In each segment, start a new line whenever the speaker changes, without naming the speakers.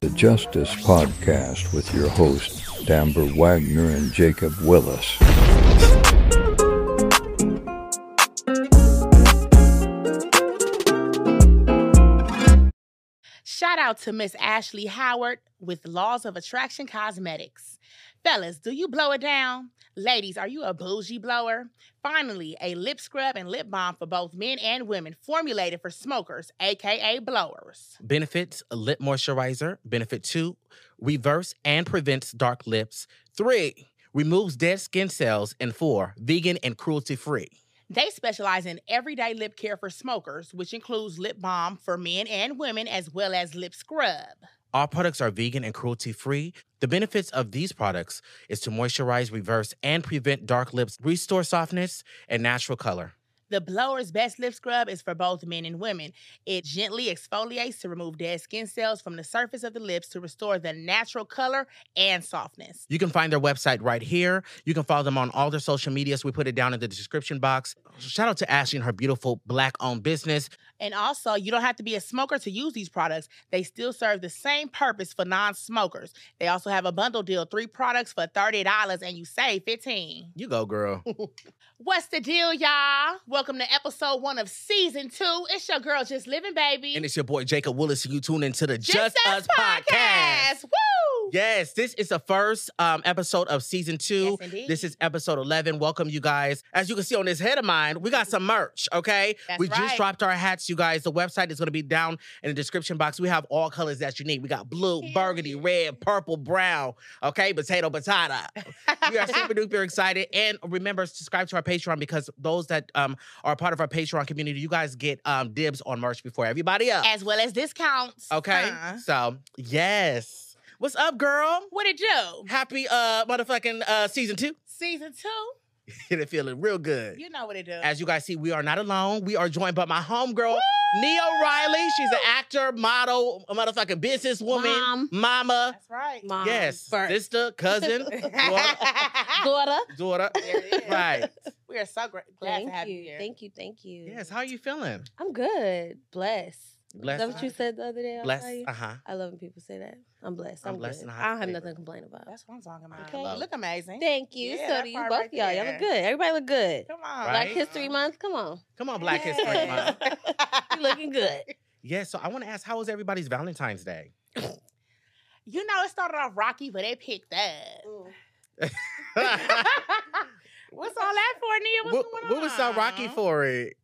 The Justice Podcast with your hosts, Amber Wagner and Jacob Willis.
Shout out to Miss Ashley Howard with Laws of Attraction Cosmetics. Fellas, do you blow it down? Ladies, are you a bougie blower? Finally, a lip scrub and lip balm for both men and women formulated for smokers, aka blowers.
Benefits lip moisturizer. Benefit two, reverse and prevents dark lips. Three, removes dead skin cells. And four, vegan and cruelty free.
They specialize in everyday lip care for smokers, which includes lip balm for men and women as well as lip scrub.
All products are vegan and cruelty free. The benefits of these products is to moisturize, reverse, and prevent dark lips, restore softness, and natural color.
The Blower's Best Lip Scrub is for both men and women. It gently exfoliates to remove dead skin cells from the surface of the lips to restore the natural color and softness.
You can find their website right here. You can follow them on all their social medias. We put it down in the description box. Shout out to Ashley and her beautiful black owned business.
And also, you don't have to be a smoker to use these products. They still serve the same purpose for non-smokers. They also have a bundle deal, three products for $30 and you save 15.
You go, girl.
What's the deal, y'all? Welcome to episode 1 of season 2. It's your girl just living baby.
and it's your boy Jacob Willis. You tune into the Just, Us podcast.
Woo!
Yes, this is the first um, episode of season two.
Yes, indeed.
this is episode 11. Welcome, you guys. As you can see on this head of mine, we got some merch, okay?
That's
we
right.
just dropped our hats, you guys. The website is going to be down in the description box. We have all colors that you need. We got blue, burgundy, red, purple, brown, okay? Potato, patata. we are super duper excited. And remember, subscribe to our Patreon because those that um, are part of our Patreon community, you guys get um, dibs on merch before everybody else,
as well as discounts.
Uh, okay?
Huh.
So, yes. What's up, girl?
What it do?
Happy uh motherfucking uh season two.
Season two,
it feeling real good.
you know what it do.
As you guys see, we are not alone. We are joined by my homegirl, Nia Riley. She's an actor, model, a motherfucking businesswoman,
Mom.
mama.
That's right.
Mom
yes,
first.
sister, cousin, daughter.
daughter.
daughter.
There it is.
Right.
We are so gra- glad to
Thank
have you,
you,
here.
thank you, thank you.
Yes, how you feeling?
I'm good. Blessed. Is that
Blessed.
what you said the other day? I was telling
Blessed.
you?
Uh huh.
I love when people say that. I'm blessed.
I'm
I'm,
blessed
blessed.
and I
I don't have
favor.
nothing to complain about.
That's what I'm talking about.
Okay.
You look amazing.
Thank you.
Yeah,
so
that
do you
part
both
right
y'all. Y'all
there.
look good. Everybody look good.
Come on. Uh-huh.
Right?
Black History Month. Come on.
Come on, Black History
Yes.
Month.
You looking good.
Yes, so I want to ask, how was everybody's Valentine's Day?
You know, it started off rocky, but it picked up.
Mm.
What's all that for, Nia? What's
what,
going on?
what was so rocky for it?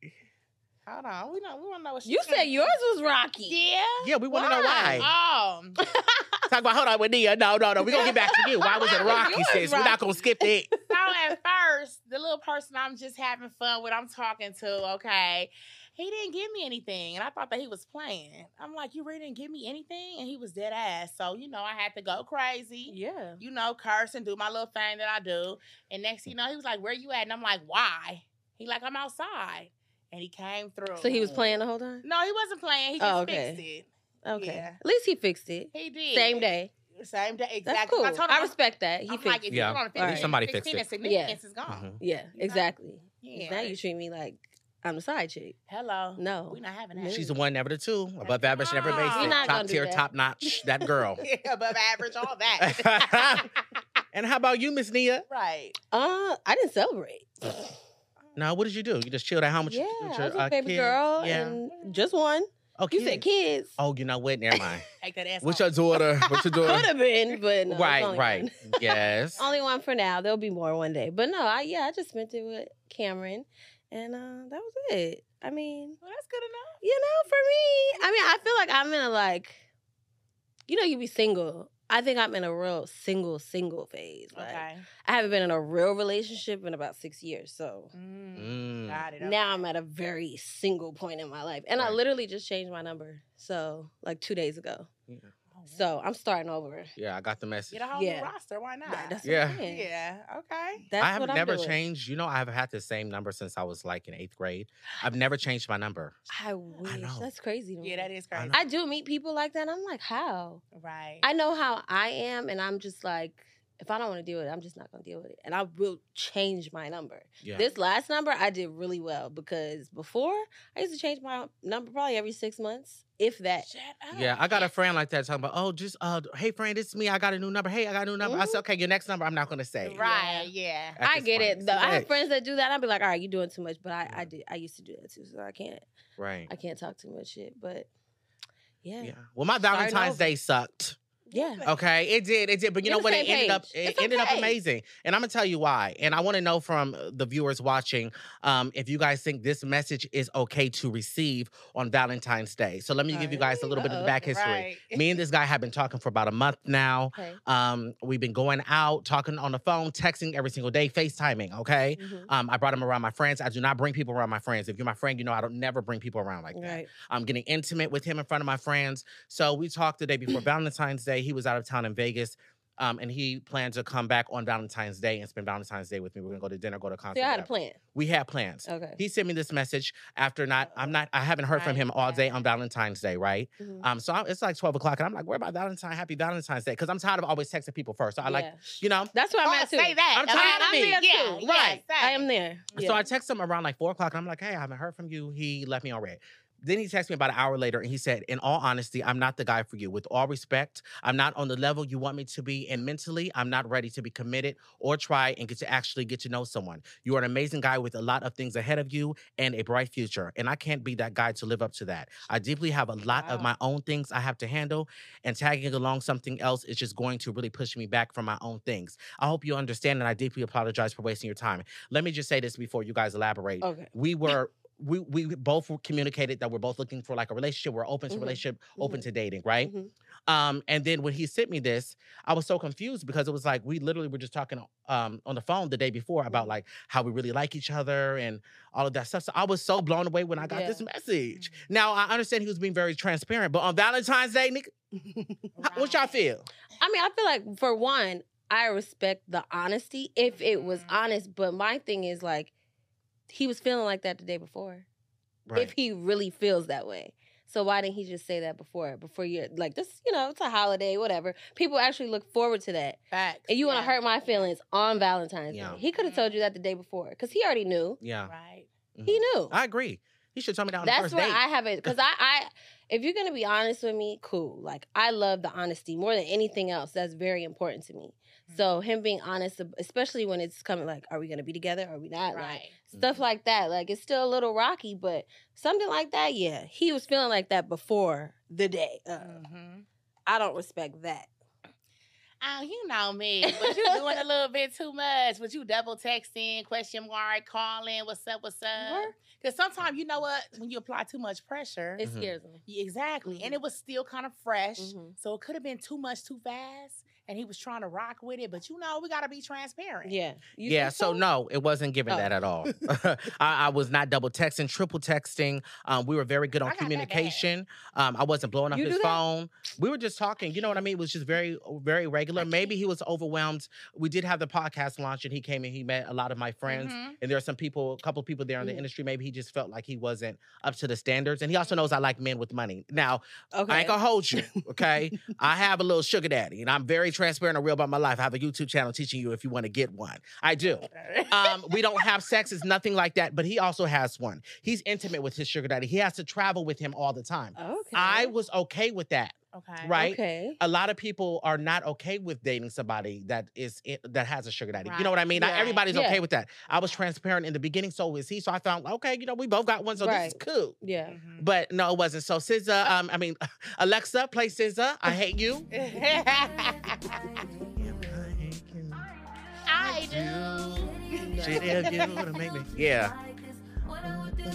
Hold on. We don't, we don't know what she
You said yours was rocky.
Yeah.
Yeah, we want to know why.
Oh.
Talk about hold on with Nia. No, no, no. We're gonna get back to you. Why was it rocky,
Yours
sis? We're not gonna skip it.
So at first, the little person I'm just having fun with, I'm talking to, okay, he didn't give me anything. And I thought that he was playing. I'm like, you really didn't give me anything? And he was dead ass. So, you know, I had to go crazy,
Yeah.
you know, curse and do my little thing that I do. And next thing you know, he was like, where you at? And I'm like, why? He like, I'm outside. And he came through.
So he was playing the whole time?
No, he wasn't playing. He just
Oh, okay.
fixed it.
Okay.
Yeah.
At least he fixed it.
He did.
Same day.
Same day. Exactly.
That's cool.
I told him,
I respect that. He
I'm
fixed
like,
it.
if
Yeah.
you're going to
Alright.
fix it,
Somebody fixed
15,
it.
the significance is gone.
Mhm.
Yeah,
You know?
exactly. 'Cause
Yeah.
Now you treat me like I'm the side chick.
Hello.
No.
We're not having that.
She's the one, never the two. Above average, never
Come on.
basic.
You're not
Top
gonna do
tier,
that.
top notch. That girl.
above average, all that.
and how about you, Miss Nia?
right.
Uh, I didn't celebrate.
No, what did you do? You just chilled at home with
yeah,
your, with
I
your,
was a
uh,
baby
kid?
girl
Yeah.
and just one.
Oh,
You said
kids.
kids.
Oh, you know what? Never mind.
Take that ass.
What's
off.
your daughter? What's your
Could
daughter?
have been, but no, it's
right,
only
right.
one.
Yes.
Only one for now. There'll be more one day. But no, I yeah, I just spent it with Cameron, and uh, that was it. I mean,
Well, that's good enough.
you know, for me, I mean, I feel like I'm in a like, you know, you be single. I think I'm in a real single single phase. Like,
Okay.
I haven't been in a real relationship in about six years, so
Mm,
Mm.
Got it. okay.
now I'm at a very single point in my life. And I
Right.
literally just changed my number. So, like two days ago.
Oh,
So, I'm starting over.
Yeah, I got the message.
get a whole
yeah.
new roster. Why not?
Right, that's
Yeah.
What I'm saying.
yeah. Okay.
That's
I have
what I'm
never
doing.
changed. You know, I've had the same number since I was like in eighth grade. I've never changed my number.
I wish.
know.
That's crazy. To me.
Yeah, that is
I
crazy.
know.
I do meet people like that. and I'm like, how?
right.
I know how I am, and I'm just like, if I don't want to deal with it, I'm just not gonna deal with it. And I will change my number.
Yeah.
This last number I did really well because before I used to change my number probably every six months, if that.
Shut up.
yeah, I got a friend like that talking about, oh, just uh, hey friend, it's me. I got a new number. Hey, I got a new number.
Mm-hmm.
I said, okay, your next number, I'm not gonna say.
Right. Yeah.
at
I
this
get
point.
it though. I have
Hey.
friends that do that. I'd be like, all right, you're doing too much. But I,
Yeah.
I did. I used to do that too, so I can't.
Right.
I can't talk too much shit. But yeah,
Yeah.
yeah.
Well, my
Starting
Valentine's
over.
Day sucked. Okay, it did, it did, but you
You're
know
the
what? It
same
ended up,
page.
it
It's
ended up
okay.
amazing, and I'm gonna tell you why. And I want to know from uh, the viewers watching, um, if you guys think this message is okay to receive on Valentine's Day. So let me give you
Alright.
guys a little bit of the
Uh-oh.
back history.
Right.
Me and this guy have been talking for about a month now.
Okay.
Um, we've been going out, talking on the phone, texting every single day, FaceTiming. Okay.
Mhm.
Um, I brought him around my friends. I do not bring people around my friends. If you're my friend, you know I don't never bring people around like that.
Right.
I'm getting intimate with him in front of my friends. So we talked the day before Valentine's Day. He was out of town in Vegas. Um, and he plans to come back on Valentine's Day and spend Valentine's Day with me. We're gonna go to dinner, go to a concert.
So I had a
whatever.
plan.
We had plans.
Okay. Oh,
He sent me this message after not. I'm not. I haven't heard from
Right,
him all day
right.
on Valentine's Day, right?
Mhm.
Um, so I, it's like 12 o'clock, and I'm like, "Where about Valentine? Happy Valentine's Day?" Because I'm tired of always texting people first. So I like,
Yeah.
you know.
That's where I'm
Oh,
at too.
say that.
I'm tired of
Okay,
it.
Yeah,
Yeah,
right.
I am there. Yeah.
So I text him around like four o'clock, and I'm like, "Hey, I haven't heard from you." He left me on red. Then he texted me about an hour later, and he said, "In all honesty, I'm not the guy for you. With all respect, I'm not on the level you want me to be, and mentally, I'm not ready to be committed or try and get to actually get to know someone. You are an amazing guy with a lot of things ahead of you and a bright future, and I can't be that guy to live up to that. I deeply have a lot of
Wow.
my own things I have to handle, and tagging along something else is just going to really push me back from my own things. I hope you understand, and I deeply apologize for wasting your time. Let me just say this before you guys elaborate.
Okay.
We were we we both were communicated that we're both looking for like a relationship. We're open to
Mhm.
relationship, open
Mhm.
to dating, right?
Mhm.
Um, and then when he sent me this, I was so confused because it was like we literally were just talking um on the phone the day before about
Mhm.
like how we really like each other and all of that stuff. So I was so blown away when I got
Yeah.
this message. Now I understand he was being very transparent, but on Valentine's Day, nigga, how- what y'all
Right.
feel?
I mean, I feel like for one, I respect the honesty if it was
Mhm.
honest. But my thing is like, he was feeling like that the day before. If he really feels that way, so why didn't he just say that before? Before you like this, you know, it's a holiday, whatever. People actually look forward to that,
Facts.
and you want
yeah.
to hurt my feelings on Valentine's
Yeah.
Day. He could have told you that the day before because he already knew.
Yeah,
Right.
He knew.
Mm-hmm. I agree. He should tell me that on the
That's
first
where
date.
I have it because I, I, if you're gonna be honest with me, cool. Like I love the honesty more than anything else. That's very important to me.
Mm-hmm.
So him being honest, ab- especially when it's coming, like, are we gonna be together? Are we not? Like
Right.
stuff
Mhm.
like that. Like it's still a little rocky, but something like that, yeah. He was feeling like that before the day. Uh,
Mm.
Mm-hmm.
I don't respect that.
Oh, you know me. But you doing a little bit too much. But you double texting, question mark, calling, what's up, what's up?
Work.
Because sometimes you know what, when you apply too much pressure,
It
Mhm.
scares me.
Yeah, exactly. And
Mm-hmm.
Mhm.
it was still kind of fresh.
Mhm.
So it could have been too much too fast. And he was trying to rock with it. But you know, we got to be transparent.
Yeah. You
yeah,
think
so no, it wasn't giving
Oh.
that at all. I, I was not double texting, triple texting. Um, we were very good
I
on
got that bad.
communication. Um, I wasn't blowing up
You
his
do that?
phone. We were just talking. You know what I mean? It was just very, uh, very regular. Maybe he was overwhelmed. We did have the podcast launch, and he came and he met a lot of my friends.
Mm-hmm.
Mhm.
And there are some people, a couple of people there in the
Mhm.
industry. Maybe he just felt like he wasn't up to the standards. And he also knows I like men with money. Now,
Okay.
I ain't gonna hold you, okay? I have a little sugar daddy, and I'm very transparent and real about my life. I have a YouTube channel teaching you if you want to get one. I do.
Mm-hmm.
Um, we don't have sex, it's nothing like that, but he also has one. He's intimate with his sugar daddy. He has to travel with him all the time.
okay.
I was okay with that,
Okay.
right?
Okay.
A lot of people are not okay with dating somebody that is i- that has a sugar daddy. You know what I mean? Not
Right.
everybody's
Yeah.
okay with that. I was transparent in the beginning, so is he. So I found okay, you know, we both got one, so this is
Right.
cool.
Yeah.
Mhm.
But no, it wasn't. So SZA, um, I mean, Alexa, play SZA. I hate you.
I do.
She did you to make me. Yeah,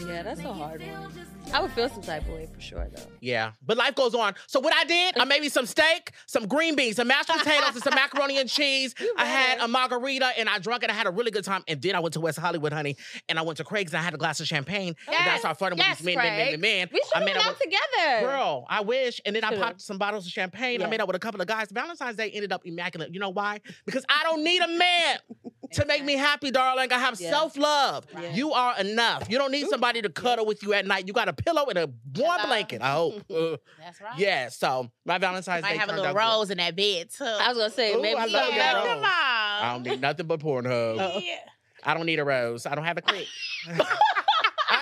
Yeah, that's a hard one. I would feel some type of way for sure though.
yeah. But life goes on. So what I did, I made me some steak, some green beans, some mashed potatoes, and some macaroni and cheese.
You
I had
better.
a margarita and I drunk it. I had a really good time. And then I went to West Hollywood, honey, and I went to Craig's and I had a glass of champagne. and I
Yes,
started flirting
yes,
with these men, men, men,
Craig.
men, men.
We should
I
have
made
been
up
out
with-
together.
Girl, I wish. And then I
Should've.
popped some bottles of champagne. I
Yeah.
made out with a couple of guys. Valentine's Day ended up immaculate. You know why? Because I don't need a man. to make me happy, darling. I have
Yeah.
self love.
Yeah.
You are enough. You don't need somebody to cuddle with you at night. You got a pillow and a warm
Hello.
blanket. I hope. Uh,
That's right.
yeah. So my Valentine's
Might
Day
have a
turned
little
out good.
rose in that bed too.
I was gonna say
Ooh,
maybe
I
he
love
got
that
a-
rose.
come on.
I don't need nothing but Pornhub.
Yeah.
I don't need a rose. I don't have a click. I ain't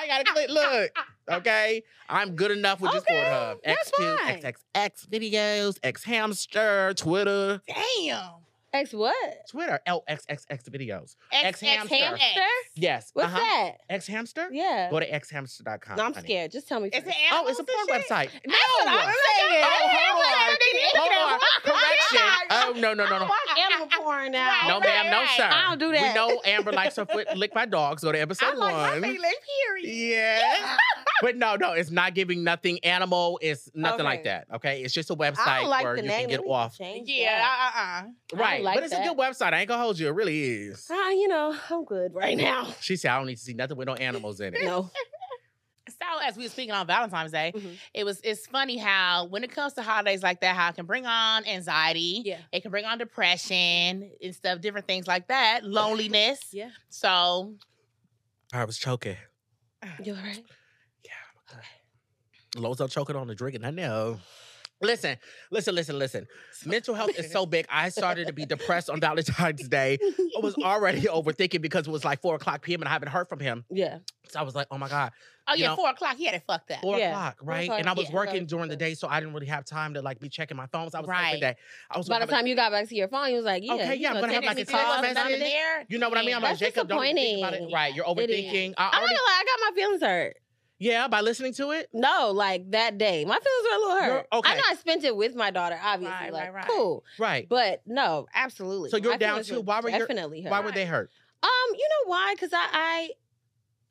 got a click. Look, okay. I'm good enough with just
Okay,
Pornhub.
that's
X Cube,
fine.
XXX videos, X Hamster, Twitter,
Damn.
X what?
Twitter, LXXX videos.
X, X,
X-hamster.
ham, X.
Hamster?
Yes.
What's
uh-huh.
that?
X Hamster?
Yeah.
Go to xhamster.com.
No, I'm
honey.
scared. Just tell me.
It's
first.
an
Oh, it's a porn website. No.
what I'm saying.
Oh, hold on. Hold on. Correction. Oh, no, no, no, no.
animal porn now.
No, ma'am, no, sir.
I don't do
We
that.
know Amber likes her foot licked by dogs. Go to
I
episode
like
one.
my feelings, period.
Yeah. but no, no, it's not giving nothing animal. It's nothing like
Okay.
that. Okay. It's just a
I
website
don't like
where
the
you can
name.
get
We need to
off.
change that.
Yeah, uh, uh, uh.
I don't
Right.
like
but it's a good website. I ain't gonna hold you. It really is.
Ah, you know, I'm good right now.
She said, I don't need to see nothing with no animals in it.
No.
So as we were speaking on Valentine's Day,
Mm-hmm.
Mhm.
it was it's funny how when it comes to holidays like that, how it can bring on anxiety,
Yeah.
it can bring on depression and stuff, different things like that, loneliness.
Yeah.
So
I was choking.
You all right?
Lozo choking on the drink, and I know. Listen, listen, listen, listen. Mental health is so big. I started to be depressed on Valentine's Day. I was already overthinking because it was like four o'clock p.m. and I haven't heard from him.
Yeah.
So I was like, oh my God,
oh
You
yeah,
know-
four o'clock he had it fucked up.
four
Yeah,
o'clock,
four
right? And I
o'clock,
was
yeah,
working
right,
during the
yeah.
day, so I didn't really have time to like be checking my phones. I was right.
Right.
that. I was
By the
gonna have a-
time you got back to your phone, you was like, yeah.
Okay,
you
yeah, I'm gonna have,
take
like,
me
a
through
call
all the
message.
numbers.
there.
you know what I mean? I'm
Damn.
like,
That's
Jacob, don't think about it.
disappointing.
Right, you're
It is.
overthinking. I
I'm not
already,
gonna lie, I got my feelings hurt.
yeah, by listening to it.
No, like that day. My feelings were a little
You're-
hurt.
okay.
I know I spent it with my daughter, obviously.
Right,
like,
right, right.
cool.
Right.
But no, absolutely.
So you're
My
down
feelings
too.
were
Why were your-
definitely hurt.
Why were they hurt?
Um, you know why? Because I, I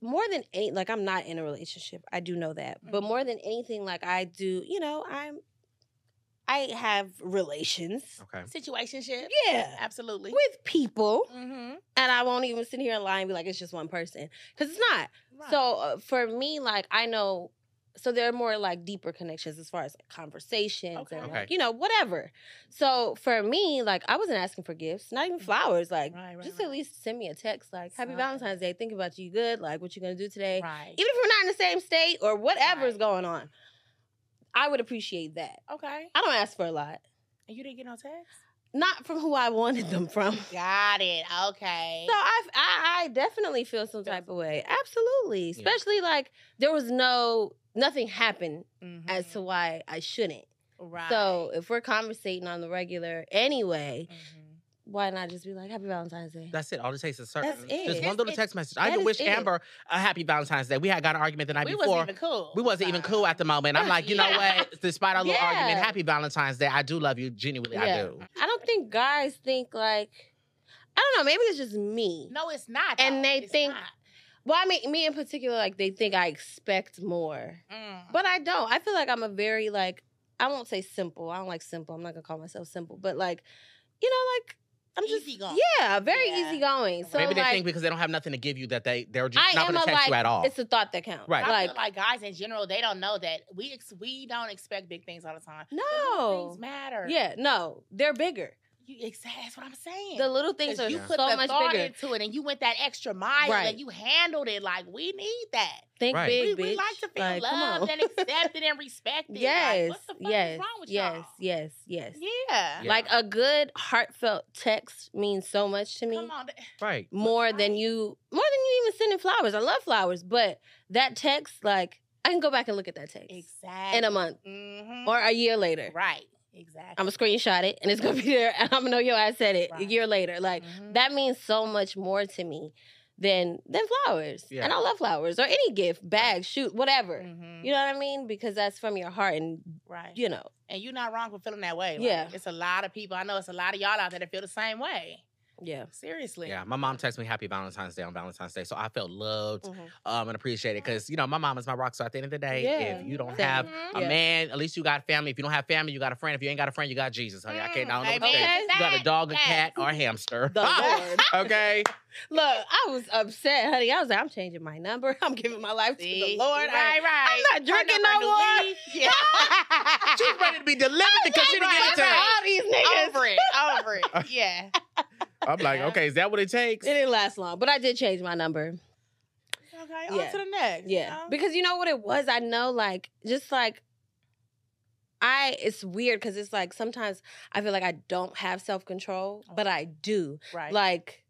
more than eight, like I'm not in a relationship. I do know that, but
Mhm.
more than anything, like I do, you know, I'm, I have relations.
Okay.
Situationship.
Yeah,
Absolutely.
with people,
Mm-hmm.
and I won't even sit here and lie and be like it's just one person because it's not. So uh, for me, like I know, so there are more like deeper connections as far as like conversations
Okay.
and
Okay.
like, you know whatever. So for me, like I wasn't asking for gifts, not even flowers. Like
Mm. Right, right,
just
right.
at least send me a text like Happy
Something.
Valentine's Day. Think about you good. Like what you gonna do today?
right.
Even if we're not in the same state or whatever's
Right.
going on, I would appreciate that.
okay.
I don't ask for a lot,
And you didn't get no text?
not from who I wanted them from.
Got it. Okay.
So I, I, I definitely feel some type of way. Absolutely,
Yeah.
especially like there was no nothing happened
Mhm.
as to why I shouldn't.
right.
So if we're conversating on the regular anyway,
Mhm.
why not just be like Happy Valentine's Day?
That's it. All it takes is certain.
That's it.
Just one
It's-
little
it's-
text message. I
that
can
is
wish
it.
Amber a happy Valentine's Day. We had got in an argument the night
we
before.
wasn't even cool.
we wasn't even cool at the moment. I'm like, you know
Yeah.
what? Despite our little
Yeah.
argument, happy Valentine's Day. I do love you. Genuinely, I
Yeah.
do.
I don't think guys think like I don't know. Maybe it's just me.
No, it's not.
And
though.
they
It's
think-
not.
Well, I mean, me in particular, like they think I expect more,
Mm.
but I don't. I feel like I'm a very like I won't say simple. I don't like simple. I'm not gonna call myself simple, but like you know, like I'm just
Easygoing.
yeah, very
Yeah.
easygoing. So
Maybe they
like,
think because they don't have nothing to give you that they they're just
I
not
am
going
a,
to text you
like,
at all.
it's a thought that counts.
Right.
I
Like
feel like guys in general, they don't know that we ex- we don't expect big things all the time. The little
no,
things matter.
yeah, no, they're bigger.
you, exactly. That's what I'm saying.
The little things
'Cause
are
you
Yeah.
put
so
the
much
thought
bigger.
into it, and you went that extra mile,
Right.
and you handled it like we need that.
Think
Right.
We,
big,
we
bitch.
like to feel
Like, come on.
loved and accepted and respected. Like,
Yes,
what the fuck
yes,
is wrong with
yes,
y'all?
yes, yes,
Yeah.
Yeah.
Like a good heartfelt text means so much to me.
Come on.
right.
More than
Right.
you, more than you even sending flowers. I love flowers, but that text, like, I can go back and look at that text
Exactly.
in a month
Mhm.
or a year later.
right. Exactly.
I'm gonna screenshot it and it's gonna be there, and I'm gonna know yo, I said it a
Right.
year later. Like
Mhm.
that means so much more to me than than flowers.
Yeah.
And I love flowers or any gift, bag, shoot, whatever.
Mhm.
You know what I mean? Because that's from your heart, and
Right.
you know,
And you're not wrong for feeling that way. Like,
Yeah.
It's a lot of people. I know it's a lot of y'all out there that feel the same way.
yeah.
Seriously.
Yeah, my mom texted me happy Valentine's Day on Valentine's Day, so I felt loved
Mm.
Mm-hmm.
um, and appreciated because you know my mom is my rock. So at the end of the day,
Yeah.
if you don't
Same.
have
Mhm.
a
Yeah.
man, at least you got family. If you don't have family, you got a friend. If you ain't got a friend, you got Jesus, honey. I can't. I don't know what to
Amen.
say.
Okay.
You got a dog, a cat, or a hamster.
Mm, The
Ah!
Lord.
okay.
Look, I was upset, honey. I was like, I'm changing my number. I'm giving my life
See?
to the Lord.
Right, right.
I'm not drinking
Her number
no more.
new leaf. Yeah.
She's ready to be delivered because she didn't
right,
get it to
right.
her.
all these niggas.
over it. Over it. Yeah.
I'm like,
Yeah.
okay, is that what it takes?
It didn't last long, but I did change my number.
Okay, on
Yeah.
to the next. Oh,
Yeah.
You know?
Because you know what it was? I know, like, just like, I, it's weird because it's like sometimes I feel like I don't have self control,
Oh.
but I do.
Right.
Like,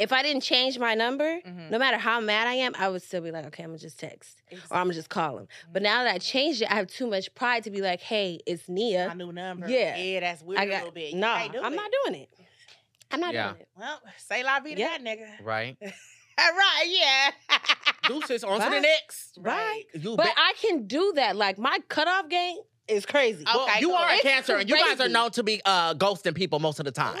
if I didn't change my number,
Mhm.
no matter how mad I am, I would still be like, okay, I'm gonna just text or I'm gonna just call him.
Mm-hmm.
But now that I changed it, I have too much pride to be like, hey, it's Nia.
my new number.
Yeah.
Yeah, that's weird
I
a
got
little bit. You
no.
can't do
I'm
it.
not doing it. I'm not
Yeah.
doing it.
Well, say la vie to
Yeah.
that nigga.
Right.
All right, yeah.
Deuces, on to
Bye.
the next.
Right.
You,
But
bet-
I can do that. Like my cutoff game is crazy.
Oh,
well,
okay,
you
cool.
are a
It's
cancer, and you guys are
crazy.
known to be uh, ghosting people most of the time.
I'm a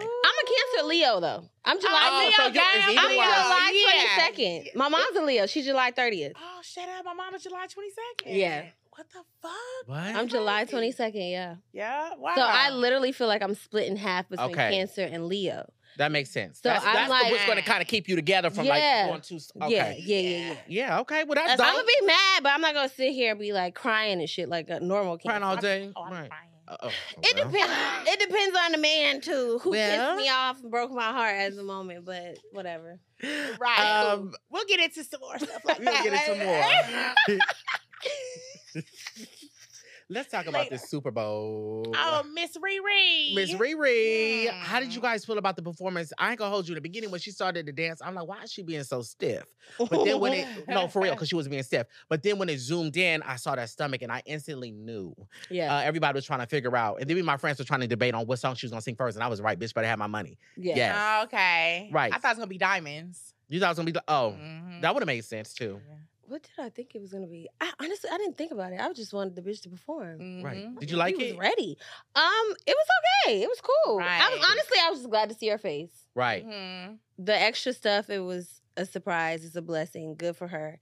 Cancer Leo though. I'm July.
Oh, so you- it's
I'm
either one.
July
Yeah.
22nd. My mom's a Leo. She's July 30th.
Oh, shut up. My mama's July 22nd.
Yeah.
What the fuck?
What?
I'm July
Crazy.
22nd. Yeah.
Yeah.
Ah.
Wow.
So I literally feel like I'm split in half between
Okay.
Cancer and Leo.
That makes sense.
So
that's
I'm
that's the- what's
like-
going to kind of keep you together from
Yeah.
like going too. Okay.
Yeah. Yeah. Yeah. Yeah.
Yeah, okay. Well, that's,
That's- I'm
dope.
gonna be mad, but I'm not gonna sit here and be like crying and shit like a normal
Crying
cancer.
all day.
Oh, I'm
right.
crying.
Uh-oh.
It
Well.
depends. It depends on the man too, who
Well.
pissed me off and broke my heart at the moment. But whatever.
Right.
Um,
we'll get into some more stuff like
We'll
that.
get into
later.
more. Let's talk about this Super Bowl.
oh, Miss Riri.
Miss Riri, how did
Hmm.
you guys feel about the performance? I ain't gonna hold you. In the beginning, when she started to dance, I'm like, why is she being so stiff? But then when it, no, for real, because she was being stiff. But then when it zoomed in, I saw that stomach and I instantly knew.
yeah,
Uh, everybody was trying to figure out. And then me and my friends were trying to debate on what song she was gonna sing first. And I was right, bitch, but I had my money.
yeah,
yeah.
Oh, okay.
Right.
I thought it was going to be diamonds.
You thought it was gonna be like, oh,
Mm-hmm.
Mhm.
that would have made sense too.
What did I think it was gonna be? I honestly, I didn't think about it. I just wanted the bitch to perform.
Right.
Mhm.
Did you like
She
it?
Mm-hmm. Was ready. Um, it was okay. It was cool. I was
Right.
honestly, I was just glad to see her face. Mm-hmm.
Right.
Mhm.
The extra stuff, it was a surprise. It's a blessing. Good for her.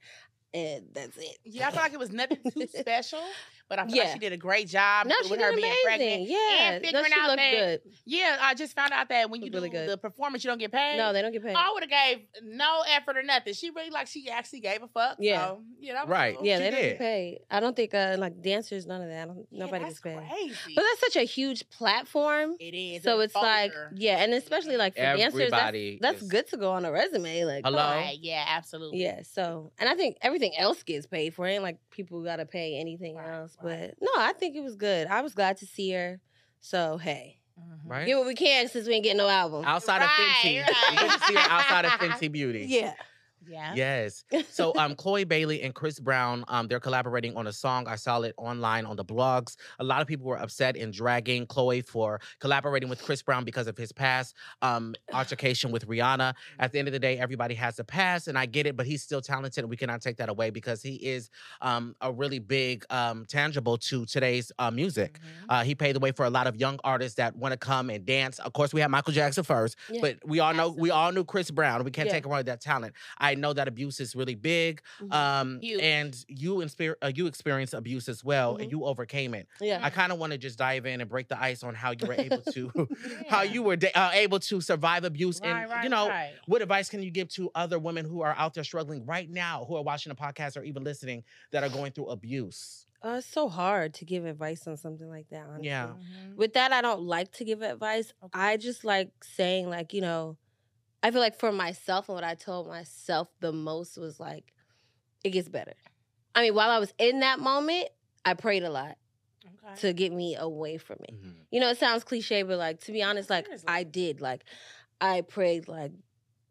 And that's it.
Yeah, I feel like it was nothing too special, but I feel like
Yeah.
she did a great job
no,
with
she
her
did
being pregnant.
amazing. Yeah,
and
no, she
figuring out
looked
that-
good.
Yeah, I just found out that when you
Looked
do
really good.
the performance, you don't get paid.
No, they don't get paid.
I would have gave no effort or nothing. She really like she actually gave a fuck.
Yeah.
so, yeah, that was
Right.
cool.
yeah,
she
they don't
did.
get paid. I don't think uh, like dancers, none of that. I don't,
Yeah,
nobody
that's
gets paid.
Crazy.
But that's such a huge platform.
it is.
so it's like,
exposure.
yeah, and especially like for dancers, that's,
Everybody.
that's
is-
good to go on a resume. Like,
Hello?
Right, yeah, absolutely.
Yeah, so and I think everything else gets paid for. It ain't like people gotta pay anything
Right,
else.
right.
But no, I think it was good. I was glad to see her. So hey.
Mhm.
Right.
Get what we can since we ain't getting no album.
outside
Right,
of Fenty.
right.
You get to see her outside of Fenty Beauty.
yeah.
yeah.
Yes. So um Chloe Bailey and Chris Brown, um, they're collaborating on a song. I saw it online on the blogs. A lot of people were upset and dragging Chloe for collaborating with Chris Brown because of his past um altercation with Rihanna. At the end of the day, everybody has a past, and I get it, but he's still talented, and we cannot take that away because he is um a really big um tangible to today's uh, music.
Mhm.
Uh, he paved the way for a lot of young artists that want to come and dance. Of course, we had Michael Jackson first,
Yeah.
but we all know we all knew Chris Brown. We can't
Yeah.
take away that talent. I know that abuse is really big,
mm-hmm.
um,
Huge.
and you inspe- uh, you experienced abuse as well,
Mm-hmm.
and you overcame it.
yeah.
I kind of want to just dive in and break the ice on how you were able to how
Yeah.
you were da- uh, able to survive abuse,
Right,
and
right,
you know.
right.
What advice can you give to other women who are out there struggling right now, who are watching the podcast or even listening, that are going through abuse?
Uh, it's so hard to give advice on something like that. Honestly.
Yeah.
Mhm.
With that, I don't like to give advice.
Okay.
I just like saying, like, you know, I feel like for myself and what I told myself the most was like, it gets better. I mean, while I was in that moment, I prayed a lot
Okay.
to get me away from it. You know, it sounds cliche, but like to be
No,
honest, like
seriously.
I did. Like I prayed, like,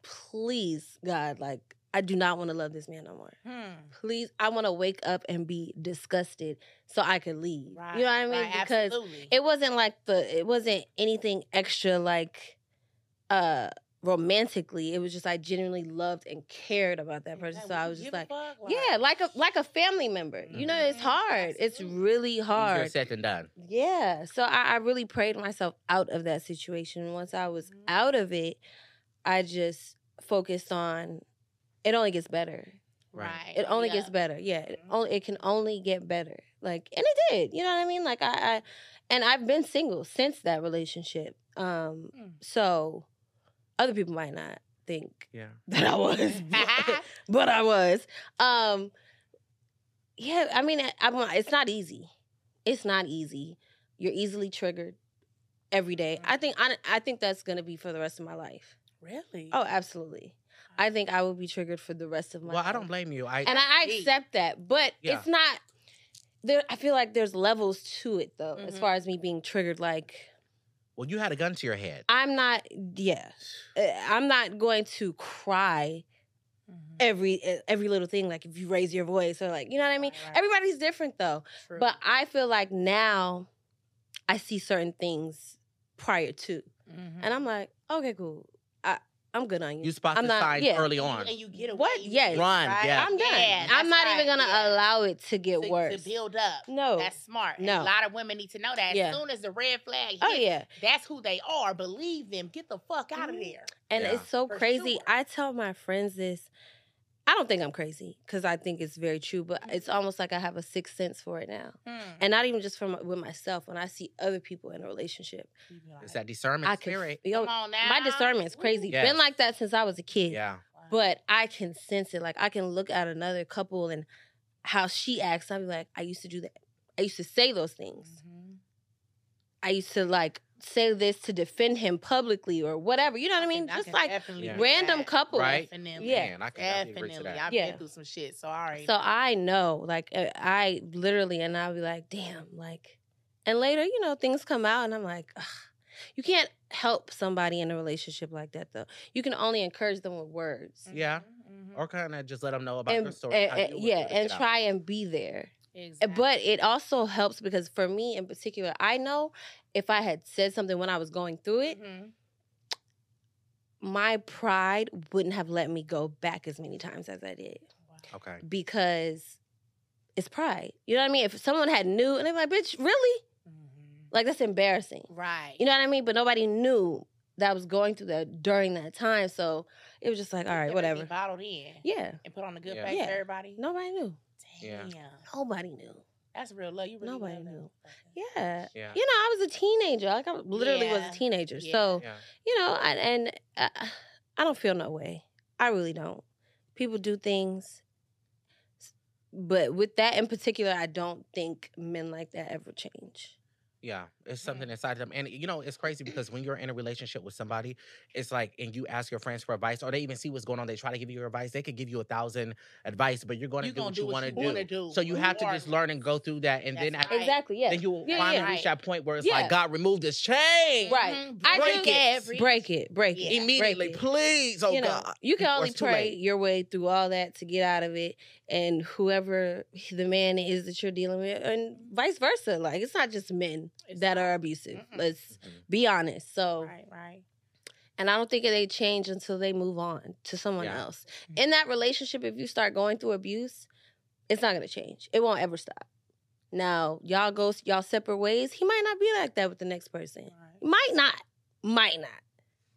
please, God, like I do not want to love this man no more.
Hmm.
Please, I want to wake up and be disgusted so I could leave.
Right,
you know what I mean?
right,
because
absolutely.
it wasn't like the it wasn't anything extra like uh romantically. It was just I genuinely loved and cared about that person.
Like,
So
would
I
you
was just
give a
like,
fuck?
yeah, like a like a family member. You know, it's
Mhm.
hard. It's
Absolutely.
really hard.
Easier said than done.
Yeah. So I, I really prayed myself out of that situation. Once I was
Mhm.
out of it, I just focused on it only gets better.
right.
It only
yeah.
gets better. Yeah. It
Mhm.
only it can only get better. Like and it did. You know what I mean? Like I, I and I've been single since that relationship. Um
Mm.
so other people might not think
Yeah.
that I was.
Hmm.
but- but I was. Um, yeah, I mean, I, I'm- it's not easy. It's not easy. You're easily triggered. every day. I think I, I think that's gonna be for the rest of my life.
Really?
Oh, absolutely. I think I will be triggered for the rest of my.
Well, I
life.
don't blame you. I
and I, I accept that, but
Yeah.
it's not. There, I feel like there's levels to it though, as
Mm-hmm.
Mhm.
far as me being triggered. Like
well, you had a gun to your head.
I'm not,
Mm-hmm.
yeah, Uh, I'm not going to cry
Mhm.
every uh, every little thing. Like if you raise your voice or like, you know what I mean.
Right, right.
Everybody's different though,
True.
but I feel like now I see certain things prior to,
Mhm.
and I'm like, okay, cool, I I'm good on you.
You spot
I'm
the
not-
sign
yeah.
early on.
and you get away.
What?
with
Yes.
it,
Run, yeah.
I'm done.
Yeah,
I'm
that's
not
right,
even gonna
yeah.
allow it to get
to,
worse.
to build up.
no.
That's smart. And
No.
a lot of women need to know that. As
Yeah.
soon as the red flag hits,
oh yeah.
that's who they are. Believe them. Get the fuck out of
Mhm.
there.
And
Yeah.
it's so
For
crazy.
sure.
I tell my friends this. I don't think I'm crazy because I think it's very true, but
Mm.
it's almost like I have a sixth sense for it now. And not even just from with myself. When I see other people in a relationship,
You be like,
It's that discernment
I can
spirit.
feel
Hmm. Come on now.
my discernment's crazy.
Yes.
Been like that since I was a kid.
Yeah.
Wow.
But I can sense it. Like I can look at another couple and how she acts. I'll be like, I used to do that. I used to say those things.
Mhm.
I used to like say this to defend him publicly or whatever. You know what I mean?
can-
Just
can
like
definitely
Yeah.
do
random
that.
couple.
Right?
Definitely.
Yeah.
Man, I can definitely agree to
Definitely.
that.
I've
Yeah.
been through some shit, so all right.
So I know, like, uh, I literally, and I'll be like, damn, like, and later, you know, things come out, and I'm like, Ugh. you can't help somebody in a relationship like that, though. You can only encourage them with words.
Yeah.
Mhm.
Or kind of just let them know about
And,
your story.
and-
how you
and-
would
yeah,
do to
and
get out.
try and be there.
Exactly.
Eh, But it also helps because for me in particular, I know if I had said something when I was going through it,
Mhm.
my pride wouldn't have let me go back as many times as I did.
Wow.
Okay.
because it's pride. You know what I mean? If someone had knew and they're like, bitch, really?
Mhm.
Like that's embarrassing.
Right.
You know what I mean? But nobody knew that I was going through that during that time. So it was just like, all right,
Everything
whatever.
Bottled in
Yeah.
and put on a good
Yeah.
face
Yeah.
for everybody.
Nobody knew.
Yeah.
Damn.
Nobody knew.
That's real love. You really
Nobody
love that
knew.
motherfucker.
Yeah.
Yeah.
You know, I was a teenager. Like I literally
Yeah.
was a teenager.
Yeah.
So,
Yeah.
you know, I, and uh, I don't feel no way. I really don't. People do things. But with that in particular, I don't think men like that ever change.
Yeah, it's something inside them, and you know it's crazy because when you're in a relationship with somebody, it's like, and you ask your friends for advice, or they even see what's going on. They try to give you advice. They could give you a thousand advice, but you're going to
You
do
gonna
what you want to
wanna
do. So you have to
are-
just learn and go through that, and then
That's
at,
right.
Exactly. Yeah.
then you will
Yeah,
finally
yeah.
reach that point where it's
Yeah.
like, God, remove this chain Mm-hmm.
Right. I
Break
do
it.
every-
break it, break
Yeah.
it.
immediately,
break it.
please. Oh
you know,
God,
you can
Before
only
it's too
pray
late.
your way through all that to get out of it, and whoever the man is that you're dealing with, and vice versa. Like it's not just men
It's
that
not.
are abusive.
Mm-mm.
Let's
Mhm.
be honest. So,
Right, right.
and I don't think they change until they move on to someone
Yeah.
else.
Mhm.
In that relationship, if you start going through abuse, it's not gonna change. It won't ever stop. Now, y'all go y'all separate ways. He might not be like that with the next person.
right.
Might not. Might not.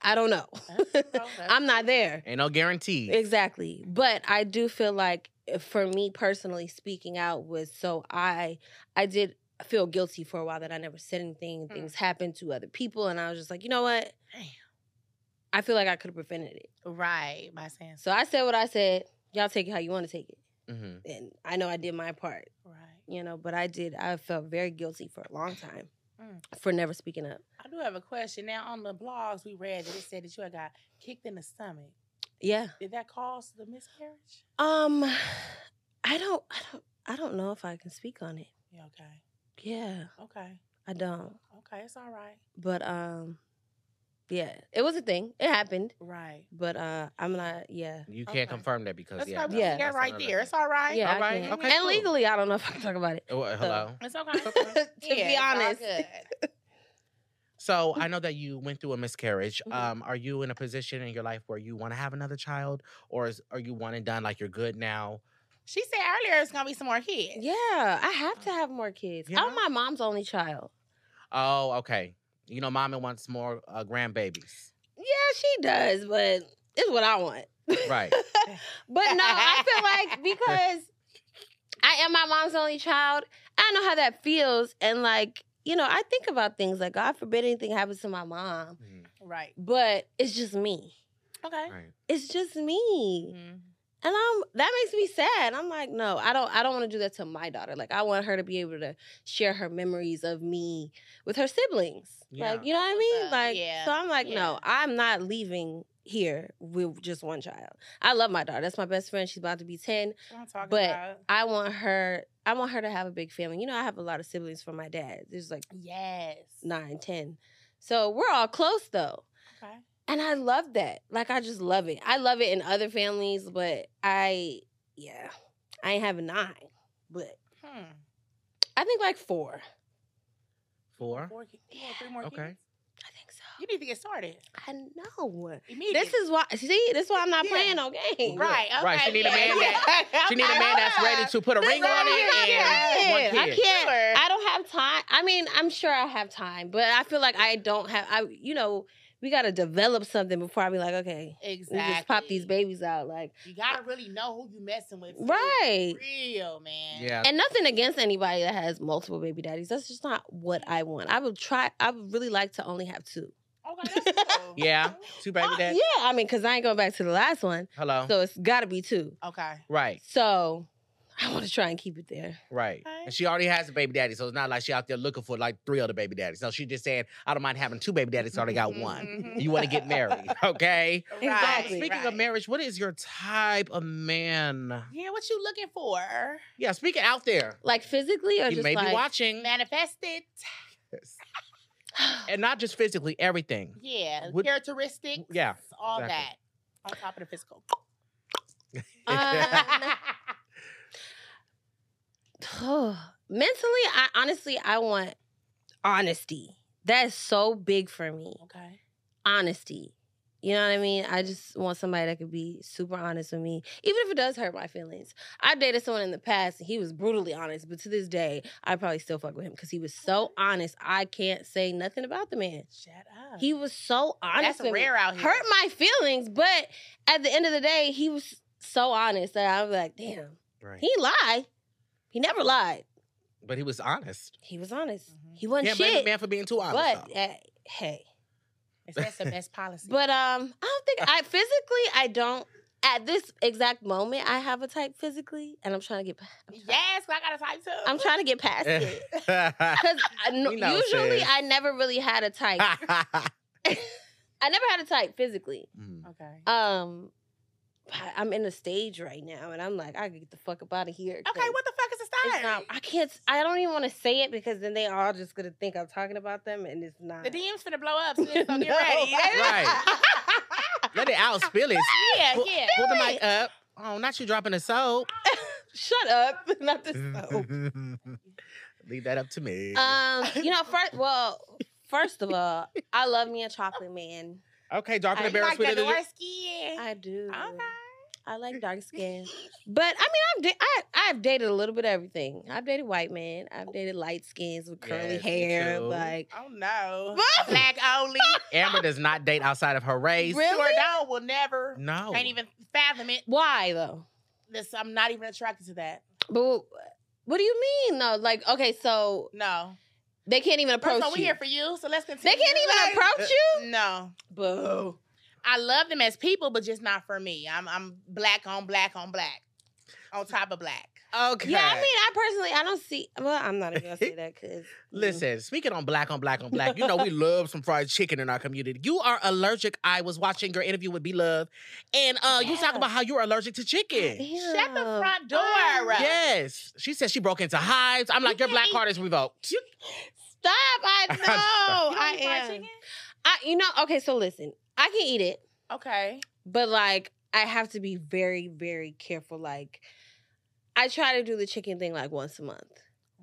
I don't know.
That's true, that's
I'm not there.
ain't no guarantee.
Exactly. But I do feel like eh, for me personally speaking out was so I I did feel guilty for a while that I never said anything and
Mm.
things happened to other people and I was just like, you know what?
Damn.
I feel like I could have prevented it.
Right, by saying
So I said what I said. Y'all take it how you want to take it.
Mhm.
And I know I did my part,
Right.
you know, but I did I felt very guilty for a long time
Mm.
for never speaking up.
I do have a question. Now, on the blogs, we read that it said that you had got kicked in the stomach.
Yeah.
Did that cause the miscarriage?
Um I don't I don't I don't know if I can speak on it.
Yeah, okay.
Yeah,
Okay.
I don't.
Okay, it's all right.
But um yeah, it was a thing. It happened.
Right.
But uh I'm not yeah.
You can't
Okay.
confirm that because
That's
yeah,
yeah,
we Yeah.
yeah,
that's
right
another
there.
thing.
It's all right.
Yeah, I
Alright,
can't.
okay,
and
cool.
legally I don't know if I can talk about it.
Oh, uh, hello.
It's okay.
So, to be honest.
So I know that you went through a miscarriage.
Mhm.
Um, are you in a position in your life where you want to have another child, or is, are you one and done? Like you're good now.
she said earlier it's gonna be some more kids.
Yeah, I have to have more kids.
Yeah.
I'm my mom's only child.
Oh, okay. You know, mommy wants more uh, grandbabies.
Yeah, she does, but it's what I want.
Right.
But no, I feel like because I am my mom's only child, I know how that feels and like, you know, I think about things like God forbid anything happens to my mom,
Mhm.
Right.
but it's just me.
Okay.
right.
It's just me.
Mhm.
And I'm that makes me sad. I'm like, no, I don't I don't want to do that to my daughter. Like I want her to be able to share her memories of me with her siblings.
Yeah.
Like, you know what I mean?
Uh,
Like
yeah,
so I'm like,
yeah.
no, I'm not leaving here with just one child. I love my daughter. That's my best friend. She's about to be 10.
I'm talking
But-
about.
I want her I want her to have a big family. You know, I have a lot of siblings from my dad. There's like
Yes.
nine, ten. So we're all close though.
Okay.
And I love that. Like I just love it. I love it in other families, but I yeah. I ain't having nine. But
Hmm.
I think like four.
Four.
Four ki- you want three more
Okay.
kids?
I think
You
so.
need to get started
I know.
immediately.
This is why see, this is why I'm not
Yeah.
playing no games.
right. Okay.
Right, she need a man
that.
She need a man that's ready to put a
This
ring
is
on
what I'm
it and
saying.
one
I
kid.
can't I don't have time. I mean, I'm sure I have time, but I feel like I don't have I you know, we gotta develop something before I be like, okay,
exactly.
we just pop these babies out. Like
You gotta really know who you messing with. too.
Right.
Real man.
Yeah.
And nothing against anybody that has multiple baby daddies. That's just not what I want. I would try. I would really like to only have two.
Okay. Oh, That's cool.
Yeah. Two baby Uh-huh.
Uh,
dad.
yeah, I mean, because I ain't going back to the last one,
Hello.
so it's got to be two.
Okay.
Right,
So I want to try and keep it there.
right.
Okay.
And she already has a baby daddy, so it's not like she out there looking for like three other baby daddies. No, she just saying, I don't mind having two baby daddies, so I already got one.
Mhm.
You want to get married, okay?
Right,
Mm-hmm. Exactly.
Speaking
right.
of marriage, what is your type of man?
Yeah, what you looking for?
Yeah, speaking out there.
Like physically, or
You
just
may
like
be watching.
Manifest it.
And not just physically, everything.
Yeah.
Would-
Characteristics.
Yeah,
All
exactly.
that. On top of the physical.
Uh, mentally. I honestly, I want honesty. That's so big for me.
okay.
Honesty. You know what I mean? I just want somebody that could be super honest with me, even if it does hurt my feelings. I dated someone in the past and he was brutally honest, but to this day, I probably still fuck with him because he was so honest. I can't say nothing about the man.
Shut up.
He was so honest.
That's
with me.
rare out here.
Hurt my feelings, but at the end of the day, he was so honest that I was like, damn,
Right.
he lied. He never lied.
but he was honest.
He was honest.
Mhm.
He wasn't
Yeah,
shit.
baby man for being too honest.
but
though.
eh, hey,
It's- That's the best policy.
But um, I don't think I physically. I don't at this exact moment. I have a type physically, and I'm trying to get. pa- I'm trying,
yes, I got a type too.
I'm trying to get past it because
You know,
usually
sis.
I never really had a type.
Ah.
I never had a type physically.
Mm.
Okay.
Um, but I'm in a stage right now, and I'm like, I gotta get the fuck up out of here. 'cause
Okay, what the fuck is the
It's
style?
not. I can't. I don't even want to say it because then they all just gonna think I'm talking about them, and it's not.
the DM's finna blow up, so get
No.
ready.
Right. Let it out, spill it.
yeah,
Pull-
yeah.
Pull the
Spill
mic up. Oh, not you dropping the soap.
Shut up. Not this. Oh.
Leave that up to me.
Um, you know, first well, first of all, I love me a chocolate man.
okay, dark
I
You
and berry
like that
sweeter than
dark
you.
skin.
I do.
Okay.
I like dark skin, but I mean, I've da- I I've dated a little bit of everything. I've dated white men. I've dated light skins with curly
Yes, me
hair.
too.
Like,
Oh no.
What?
Black only.
Amber does not date outside of her race.
Really?
Jordan will never.
No.
Can't even fathom it.
why though?
This, I'm not even attracted to that.
But what do you mean though? Like, okay, so
No.
they can't even approach
First of all, we
you.
here for you, so let's
they
continue.
can't even
Like,
Uh,
approach you.
No.
Boo.
I love them as people, but just not for me. I'm I'm black on black on black. On top of black.
Okay.
Yeah, I mean, I personally, I don't see. Well, I'm not even gonna say that because
Listen, speaking on black on black on black, you know we love some fried chicken in our community. You are allergic. I was watching your interview with B Love, and uh, you talk
Yeah.
about how you're allergic to chicken.
Shut the front door up.
Yes, she said she broke into hives. I'm like, your
can't
black
eat-
card is revoked.
Stop! I know.
You don't
I
eat fried
am.
chicken?
I, you know, okay. So listen, I can eat it,
Okay.
but like, I have to be very, very careful. Like, I try to do the chicken thing like once a month.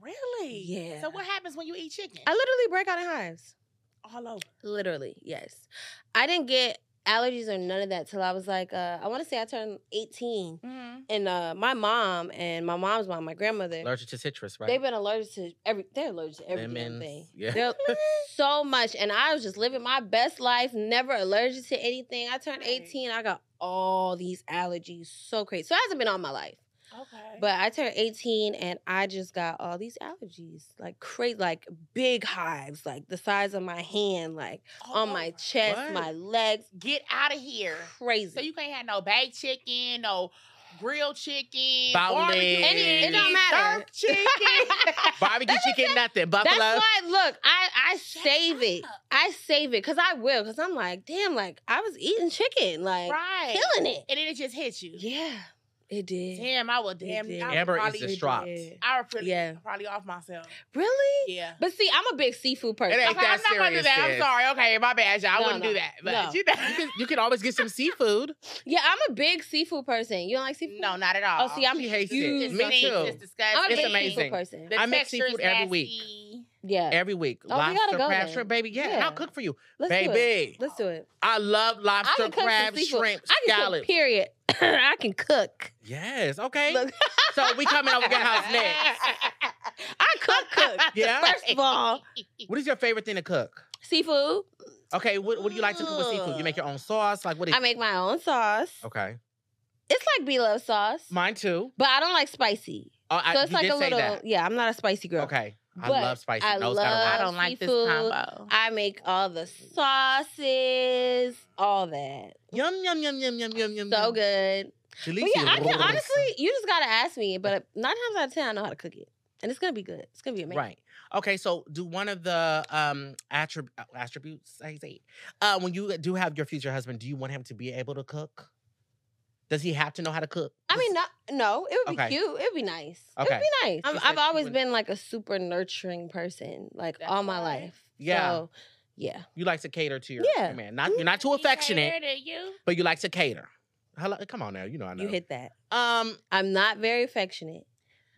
Really?
Yeah.
So what happens when you eat chicken?
I literally break out in hives.
All over.
Literally, yes. I didn't get allergies or none of that till I was like, uh, I want to say I turned eighteen,
Mm-hmm.
and uh, my mom and my mom's mom, my grandmother,
Allergic to citrus, right?
They've been allergic to every. They're allergic to every damn
Lemons,
thing.
yeah.
They're- so much, and I was just living my best life, never allergic to anything. I turned
Right.
eighteen, I got all these allergies, so crazy. So it hasn't been all my life,
Okay.
but I turned eighteen, and I just got all these allergies, like crazy, like big hives, like the size of my hand, like
All
on my
over.
chest,
What?
my legs,
um, Get out of here.
crazy.
So you can't have no baked chicken, no grilled chicken,
Bow
barbecue,
legs.
chicken,
It don't matter.
jerk chicken.
Barbecue chicken, nothing.
That's
Buffalo.
why. Look, I I save it. I save it because I will. Because I'm like, damn, like I was eating chicken, like
right,
killing it.
and then it just hit you.
Yeah, it did.
Damn, I will. Damn,
did.
I would
Amber is
probably,
distraught.
Yeah.
I would probably,
Yeah.
probably off myself.
Really?
Yeah.
But see, I'm a big seafood person.
It ain't
Okay,
that
I'm not gonna do
serious,
that. I'm
sis.
sorry. Okay, my bad, y'all. I
No,
wouldn't
no,
do that. But you
no.
You
know,
can, you can always get some seafood.
Yeah, I'm a big seafood person. You don't like seafood?
no, not at all.
Oh, see, I'm
She hates it.
huge.
Me
It's
too.
It's disgusting.
I'm a
It's
big
amazing.
seafood person.
The
I make
texture is
seafood every week.
nasty.
yeah,
Every week.
Oh, we gotta
lobster,
go
crab,
then.
shrimp, baby. Yeah,
Yeah.
I'll cook for you.
let's do it.
baby.
Let's do it.
I love
I
lobster,
can cook
crab,
some seafood.
shrimp,
I can cook.
scallop.
Period. I can cook.
Yes, okay.
Look.
so we coming over to your house next.
I cook. Cook.
Yeah.
First of all,
What is your favorite thing to cook?
seafood.
Okay, what, what do you like to cook with seafood? You make your own sauce? Like what is
I make my own sauce.
Okay.
It's like beloved sauce,
Mine too.
but I don't like spicy.
Oh, I,
So it's
you
like
did
a
say
little.
that.
Yeah, I'm not a spicy girl.
Okay. I
But
love spicy.
I
no, it's gotta
I
love-
rock.
don't like this
uh, Seafood.
combo.
I make all the sauces, all that.
Yum, yum, yum, yum, yum, yum, yum.
So
yum.
good. But
Delicious.
yeah, I can, honestly, you just gotta ask me. But nine times out of ten, I know how to cook it, and it's gonna be good. It's gonna be amazing.
Right. Okay. So, do one of the um attrib- uh, attributes I say, uh, when you do have your future husband, do you want him to be able to cook? Does he have to know how to cook?
I mean, no, no, it would be
Okay.
cute. It would be nice. It
Okay.
would be nice. I'm,
said
I've
she
always
wouldn't-
been like a super nurturing person, like
That's
all my
right.
life.
Yeah.
So, yeah.
you like to cater to your,
Yeah.
your man. Not you're not too affectionate,
Cater to you.
but you like to cater. Hello, come on now, you know I know.
You hit that.
um,
I'm not very affectionate,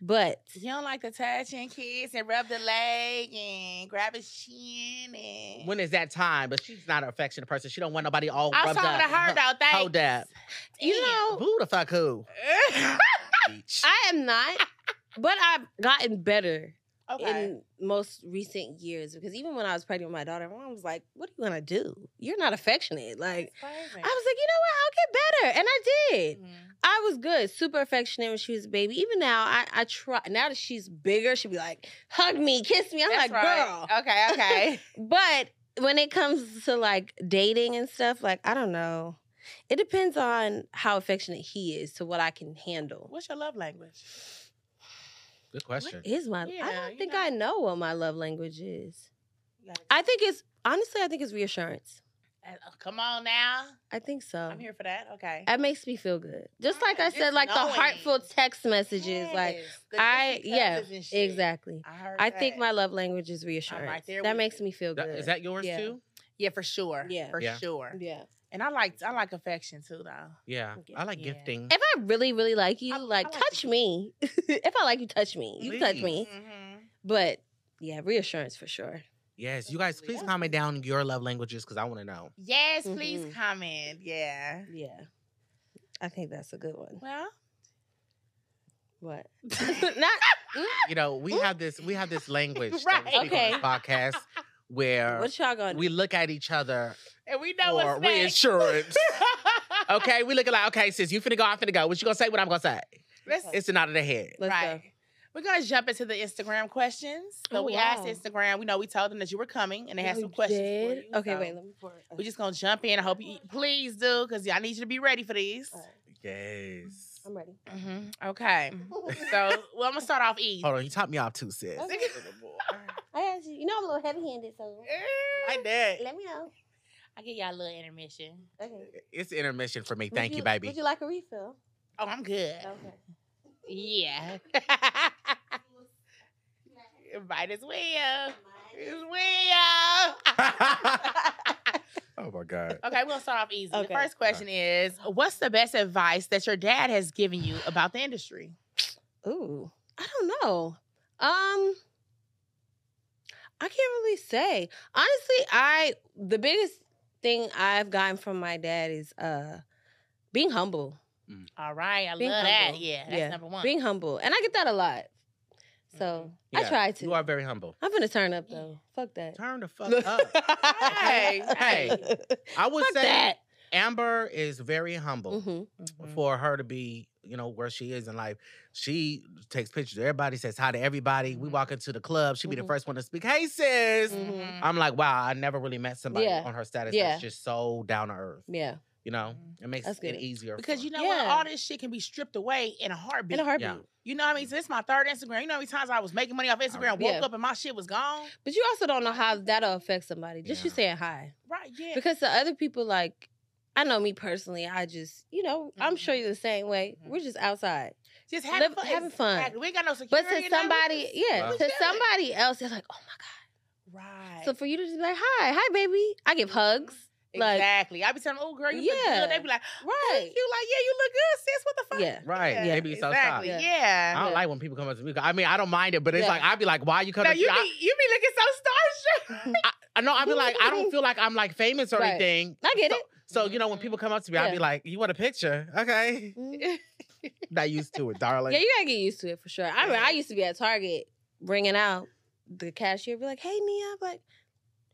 but
You don't like to touch and kiss and rub the leg and grab his chin and.
when is that time? But she's not an affectionate person. She don't want nobody all
I was
rubbed
talking
up.
to her
and
though. Thanks.
Hold that.
you know,
Who the fuck who?
Damn.
Bitch.
I am not. But I've gotten better
okay.
in most recent years because even when I was pregnant with my daughter, my mom was like, "What are you gonna do? You're not affectionate." Like
That's
I
crazy.
was like, "You know what? I'll get better," and I did.
Mhm.
I was good, super affectionate when she was a baby. Even now, I, I try. Now that she's bigger, she'd be like, "Hug me, kiss me." I'm
That's
like,
right.
"Girl."
Okay, okay.
But when it comes to like dating and stuff, like I don't know. It depends on how affectionate he is to what I can handle.
What's your love language?
Good question.
What is my? I
Yeah,
don't
you
think
know.
I know what my love language is.
You gotta-
I think it's honestly, I think it's reassurance.
Uh, Come on now.
I think so.
I'm here for that. Okay.
That makes me feel good. Just like I
Right,
said,
just
like
knowing.
the heartfelt text messages, like
Yes, the
I-
different
yeah,
colors and shit.
exactly.
I heard.
I think
that.
my love language is reassurance.
there
that
with
makes
you.
me feel
That-
good.
is that yours
Yeah.
too?
yeah for sure.
Yeah.
for
Yeah.
sure.
yeah.
And I like I like affection too though.
Yeah.
Yeah.
I like
Yeah.
gifting.
If I really, really like you,
I-
like
I like
touch
you.
me. if I like you, touch me. You can touch
Please.
me. Mm-hmm.
Mhm.
But yeah, reassurance for sure.
Yes, you guys,
Absolutely.
please comment down your love languages because I want to know.
Yes, please
Mhm.
comment. Yeah.
Yeah. I think that's a good one.
Well,
What? Not mm.
You know, we have this we have this language that we
Right.
speak on this
Okay.
podcast
Uh,
where
what y'all gonna do?
we look at each other
and we know
for
what's next.
reassurance. okay, we look like okay, sis, you finna go, I'm finna go. What you gonna say? What I'm gonna say?
Let's,
It's an out of the head.
Let's
right. We're gonna jump into the Instagram questions. So
Oh,
we
wow.
asked Instagram. We know we told them that you were coming, and they
go.
had
You
some questions. for
did?
you,
okay,
so
wait, let me pour it.
We're just gonna jump in. I hope you please do, because I need you to be ready for these.
All right,
Yes.
I'm ready.
Mhm. Okay.
Mm-hmm.
So well, I'm gonna start off easy.
Hold on, you topped me off too, sis.
Okay. I got you. You know I'm a little heavy handed, so
My dad.
let me know.
I get y'all a little intermission.
Okay.
It's intermission for me.
Would
Thank you, baby.
Would you like a refill?
Oh, I'm good.
Okay.
Yeah. Might as well. As well.
oh my God.
okay, we're gonna start off easy. The
Okay.
first question is What's the best advice that your dad has given you about the industry?
Ooh, I don't know. Um, I can't really say. Honestly, I the biggest thing I've gotten from my dad is uh being humble.
All right, I
Being
love that.
humble.
Yeah, that's
Yeah,
number one.
Being humble. And I get that a lot. So I try to.
You are very humble.
I'm gonna turn up though. Fuck that.
Turn the fuck up.
Hey, hey.
I would
Fuck
say
that.
Amber is very humble
hmm
Mhm.
for her to be, you know, where she is in life. She takes pictures of everybody, says hi to everybody. We
Mm-hmm.
Mhm.
walk into the club, she be the
Mhm.
first one to speak, hey sis.
Mhm.
Mm-hmm.
I'm like, wow, I never really met somebody
Yeah.
on her status
Yeah.
that's just so down to earth.
Yeah.
You know, it makes
That's
it
good.
easier.
Because
for-
you know what?
Yeah.
All this shit can be stripped away in a heartbeat.
in a heartbeat.
Yeah.
You know what I mean? So this is my third Instagram. You know how many times I was making money off Instagram, woke
Yeah.
up and my shit was gone?
But you also don't know how that'll affect somebody. Just you
Yeah.
saying hi.
Right, yeah.
Because the other people, like, I know me personally, I just, you know, I'm
Mhm.
sure you're the same way.
Mhm.
We're just outside.
Just having
live-
fun.
having fun.
Exactly. We ain't got no
But
security.
to
and nothing.
somebody, yeah,
Wow.
to
Just chilling.
somebody else, they're like, oh my
Right.
God. So for you to just be like, hi, hi, baby. I give hugs. like-
exactly. I be telling them, oh, girl, you look
Yeah.
good. They be like,
Right.
thank you. Like, yeah, you look good, sis. What the fuck?
Yeah.
right?
Yeah,
they be so
exactly.
soft.
Yeah.
Yeah.
I don't
Yeah.
like when people come up to me. I mean, I don't mind it, but it's
Yeah.
like I'd be like, "Why you
No,
coming?"
you
to
be, you be looking so starstruck.
I, no, I'd be like, I don't feel like I'm like famous or
Right.
anything.
I get
So-
it. Mm-hmm.
So you know, when people come up to me, I'd be
Yeah.
like, "You want a picture? Okay."
Mhm.
Not used to it, darling.
yeah, you gotta get used to it for sure. I mean, I used to be at Target bringing out the cashier, be like, hey, Nia. I'm like,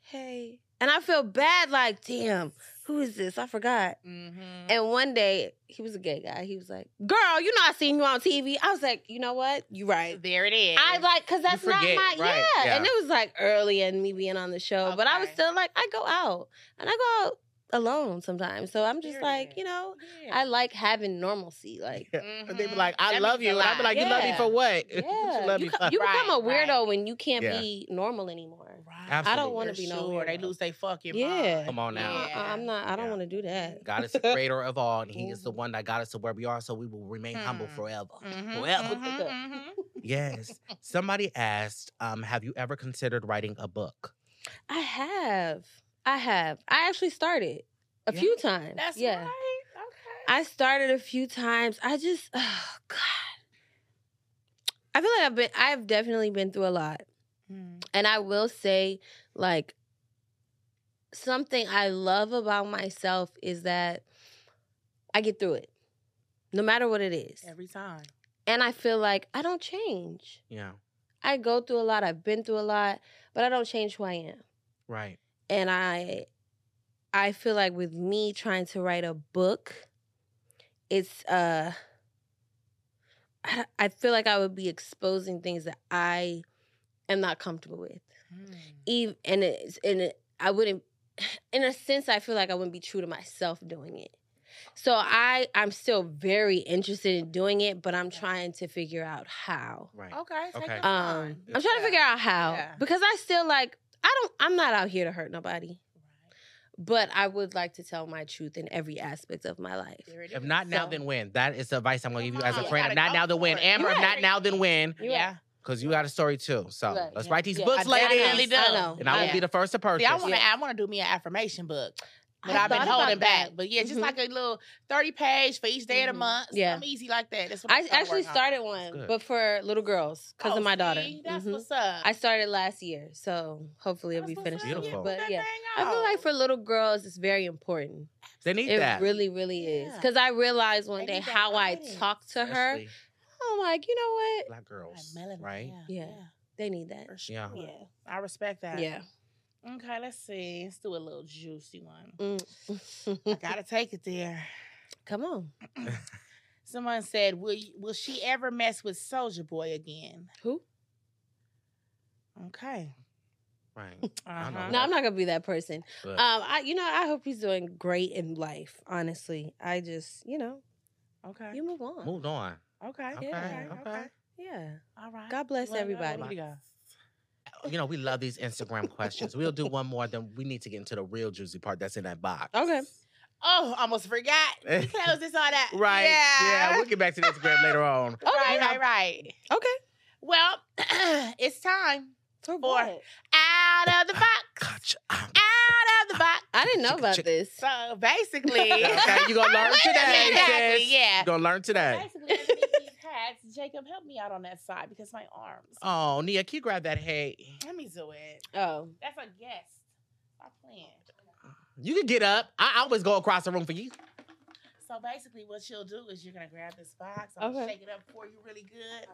hey. And I feel bad, like, damn, who is this? I forgot.
Mm-hmm.
And one day, he was a gay guy. He was like, "Girl, you know I seen you on TV." I was like, "You know what? You right."
There it is.
I like because that's
forget,
not my
right,
yeah.
yeah.
And it was like early in me being on the show, but I was
Okay.
still like, I go out and I go out alone sometimes. So I'm just
Period.
like, you know,
Yeah.
I like having normalcy. Like,
Yeah. And
Mm-hmm.
They'd be like,
Mhm.
"I
That
love
means
you,"
a
and I'd
lot.
be like, "You love me
Yeah.
for what?"
yeah,
you love
you,
me
co-
for.
you become a
Right, right.
weirdo when you can't
Yeah.
be normal anymore.
right.
Absolutely.
wanna
For
be no
sure. They
weirdo.
lose their fucking
Yeah.
mind.
Come on now.
Uh-uh,
Yeah.
I'm not. I don't
Yeah.
want to do that.
God is the creator of all, and He is the
Mhm.
one that got us to where we are. So we will remain humble
Mm-hmm.
Mm.
forever.
Mhm,
Forever.
mhm, mhm.
Yes. Somebody asked, um, "Have you ever considered writing a book?"
I have. I have. I actually started a
Yeah.
few times.
That's
yeah.
right. Okay.
I started a few times. I just, oh God. I feel like I've been, I've definitely been through a lot.
Mm.
And I will say, like, something I love about myself is that I get through it, no matter what it is.
Every time.
And I feel like I don't change.
Yeah.
I go through a lot, I've been through a lot, but I don't change who I am.
Right.
and i i feel like with me trying to write a book it's uh I- i feel like i would be exposing things that i am not comfortable with
Mm.
Eve, and it's and it, i wouldn't in a sense i feel like i wouldn't be true to myself doing it so i i'm still very interested in doing it but i'm trying to figure out how
Right.
Okay. Take
Okay.
your
um
time.
i'm trying to
Yeah.
figure out how
Yeah.
because i still like i don't i'm not out here to hurt nobody but I would like to tell my truth in every aspect of my life.
There it
If
is.
not now,
So- Uh-huh.
then when? That is the advice I'm gonna give you
Come
as a
on.
friend. If
Gotta
not
go
now, then
for
when?
it.
Amber, if
Right.
not now, then when?
You're
yeah.
right.
Because you got a story too. So
Right.
let's
Yeah.
write these
Yeah.
books,
I definitely
ladies.
do.
I know.
And I will
Yeah.
be the first to purchase.
See, I want to.
Yeah.
I want to do me an affirmation book, but
I
I've been
thought about
holding back.
that.
But yeah, just
Mhm.
like a little thirty page for each day of the
Mhm.
month.
Yeah.
something easy like that. That's what I'm
I
gonna
actually
work on.
started one,
good.
but for little girls because
Oh,
of my
see?
daughter.
That's
Mhm.
what's up.
I started last year, so hopefully it'll be finished.
up.
soon.
Beautiful.
But yeah, I feel like for little girls, it's very important.
They need
it
that.
really, really is
Yeah.
because I realized one
They
day
need that
how I
guidance.
talked to her.
Especially
I'm like, you know what?
black girls, right?
Yeah. They need that.
for sure.
Yeah.
I respect that.
Yeah.
Okay, let's see. Let's do a little juicy one. I
Mm.
gotta take it there.
Come on.
Someone said, "Will you, will she ever mess with Soldier Boy again?"
Who?
Okay.
Right. I know.
Uh-huh.
No, I'm not gonna be that person.
But
Um, I you know I hope he's doing great in life. Honestly, I just you know
Okay.
you move on.
moved on.
Okay.
Okay.
Yeah.
Okay.
Yeah.
All right.
God bless
Well, now, what we
everybody.
got?
You know, we love these Instagram questions. We'll do one more, then we need to get into the real juicy part that's in that box.
Okay.
Oh, almost forgot. We close this on that.
Right.
Yeah.
we'll get back to the Instagram later on.
Right,
Okay.
right, right.
Okay.
Well, it's time.
For
Four.
what?
Out of the box.
Gotcha. Um,
Out of the box.
I didn't know about
Chick-
this.
So basically.
Okay, you gonna learn today.
Exactly,
sis.
yeah.
You gonna learn today.
Basically, underneath these hats, Jacob, help me out on that side because my arms.
Oh, Nia, can you grab that hay?
Let me do it.
Oh,
That's a guest. Stop playing.
You can get up. I I always go across the room for you.
So basically, what you'll do is you're gonna grab this box. I'm gonna
Okay.
shake it up for you really good,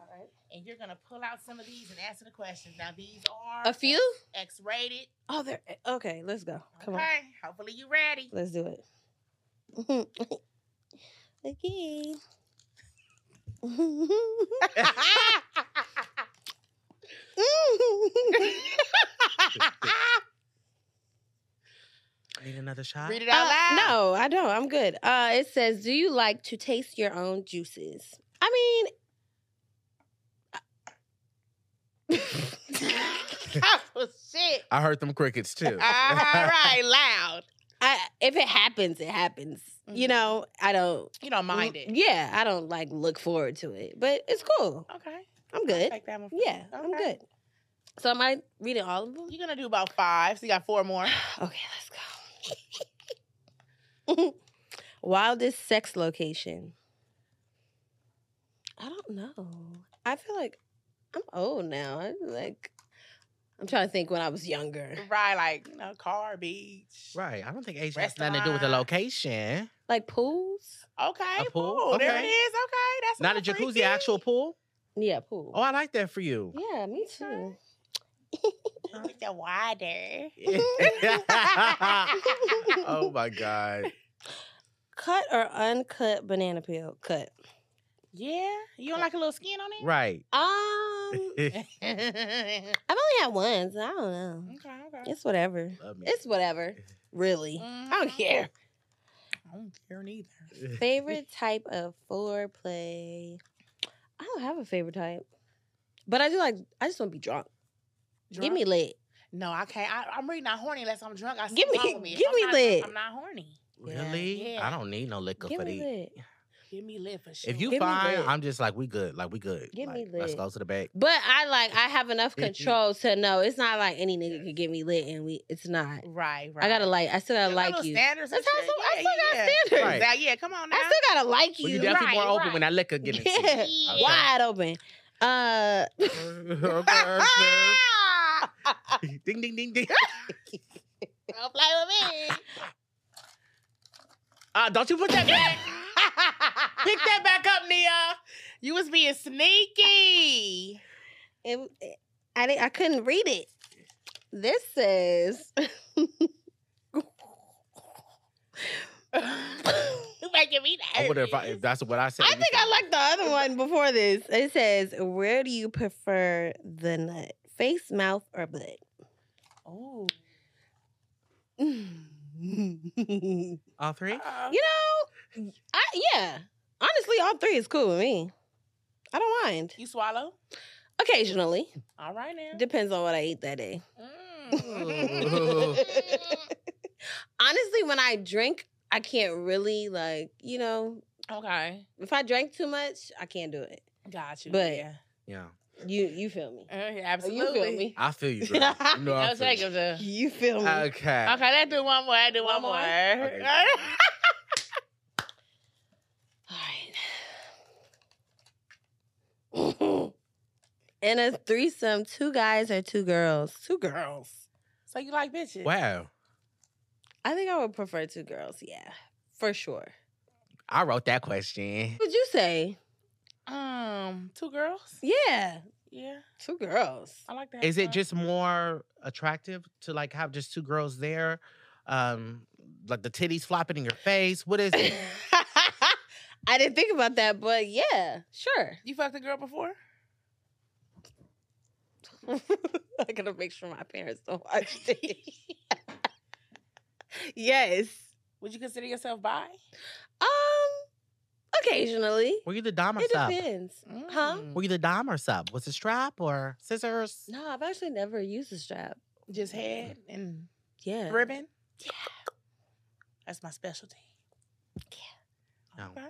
and you're gonna pull out some of these and answer the questions. Now these are
a few.
X-rated.
Oh, there. Okay, let's go. Come
okay.
on,
Hopefully you ready.
let's do it. okay.
Need another shot?
Read it out
Uh,
loud.
No, I don't. I'm good. Uh, it says, "Do you like to taste your own juices?" I mean,
that was shit.
I heard them crickets too.
All right, loud.
I if it happens, it happens. You
Mhm.
know, I don't
You don't mind it.
Yeah, I don't like look forward to it, but it's cool.
Okay.
I'm good.
Take that one. from
Yeah,
you.
I'm
Okay.
good. So am I reading all of them?
You're gonna do about five. So you got four more.
Okay, let's go. Wildest sex location. I don't know. I feel like I'm old now. I like I'm trying to think when I was younger.
Right, like you know, car, beach.
Right. I don't think age has nothing to do with the
Restaurant.
location.
Like pools?
Okay.
A pool?
cool. There it
Okay.
is. Okay. That's
Not a
little
jacuzzi,
freaky.
actual pool.
Yeah, pool.
Oh, I like that for you.
Yeah, me too.
With the water.
oh my God.
Cut or uncut banana peel? Cut.
Yeah. You don't like a little skin on it?
Right.
Um, I've
okay.
only had one, so I don't know.
Okay.
It's whatever.
Love me.
It's whatever. Really. I don't
Mhm.
care.
I don't care neither.
Favorite type of foreplay? I don't have a favorite type, but I do like. I just want to be drunk. Give
Drunk?
me lit.
No, I can't. I, I'm really not horny unless I'm drunk. I
Give
something wrong
me-
with If
give
I'm
me
not,
lit.
I'm not horny.
Really?
Yeah.
I don't need no liquor
Give
for
me
these.
lit.
Give me lit for sure.
If you
Give me
fine,
lit.
I'm just like, we good. Like, we good.
Give me
Like, Let's
lit.
go to the back.
But I like. I have enough control to know it's not like any nigga could get me lit, and we. It's not.
right, right.
I gotta like. I still gotta
There's
like
little
you.
Standards and
Let's have
shit.
some- I
Yeah,
still got
yeah.
standards.
Right. Now, yeah, come on now.
I still gotta like you.
Well, you definitely
right,
more open
right.
when that liquor get into
Yeah.
you.
Yeah.
Okay.
Wide open. Uh,
Okay, sis. ding, ding, ding, ding.
Don't play with me.
Uh, don't you put that back.
Pick that back up, Nia. You was being sneaky.
it, it- I didn't, I couldn't read it. This says
you making me nervous.
I wonder if, I, if that's what I said.
I
you
think
said.
I liked the other one before this. It says, "Where do you prefer the nut? Face, mouth, or butt?"
Oh.
you
All three?
uh,
Uh-huh.
know, I yeah. Honestly, all three is cool with me. I don't mind.
You swallow?
Occasionally,
All right now.
depends on what I eat that day.
Mm.
Honestly, when I drink, I can't really like you know.
okay.
If I drank too much, I can't do it.
Got you.
But-
yeah.
Yeah.
You you feel me?
Uh, yeah, absolutely.
me?
I feel you, girl. You know I
No
feel you.
Jacobs, uh,
You feel me?
Okay.
Okay, let's do one more. Let's do one,
One
more.
more?
Okay.
All right. In a threesome, two guys or two girls? Two girls.
so you like bitches?
Wow.
I think I would prefer two girls. Yeah, for sure.
I wrote that question.
Would you say?
Um, two girls.
Yeah,
Yeah,
two girls.
I like that.
Is it just more attractive to like have just two girls there? Um, like the titties flopping in your face. What is it?
I didn't think about that, but yeah, sure.
you fucked a girl before?
I gotta make sure my parents don't watch this. yes.
Would you consider yourself bi?
Um. Occasionally,
Were you the dom or
it
sub?
depends. Huh?
Mm.
Were you the dom or sub? Was it strap or scissors?
No, I've actually never used a strap.
Just head and
Yeah.
ribbon. That's my specialty.
No.
Okay.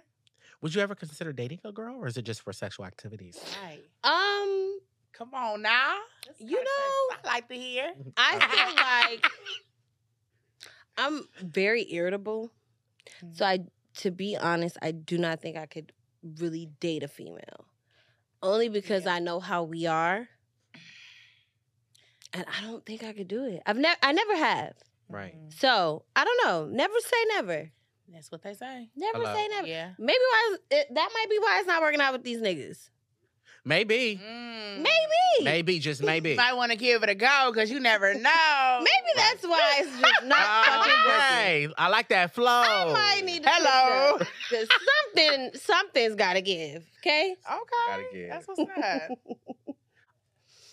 Would you ever consider dating a girl, or is it just for sexual activities?
Right.
Um,
Come on now.
You know-
I like to hear.
I
Oh.
feel like I'm very irritable. So I to be honest, I do not think I could really date a female. Only because
Yeah.
I know how we are. And I don't think I could do it. I've never I never have.
Right.
Mhm.
So I don't know. Never say never.
That's what they say.
Never
Hello.
say never.
Yeah.
Maybe why it's- it, that might be why it's not working out with these niggas.
Maybe,
Mm.
Maybe.
maybe, just maybe.
You might want to give it a go because you never know.
Maybe that's why it's just not fucking working.
Okay, Ah, I like that flow.
I might need to
Hello.
because something something's gotta give. Okay.
Okay.
Gotta get
That's what's up.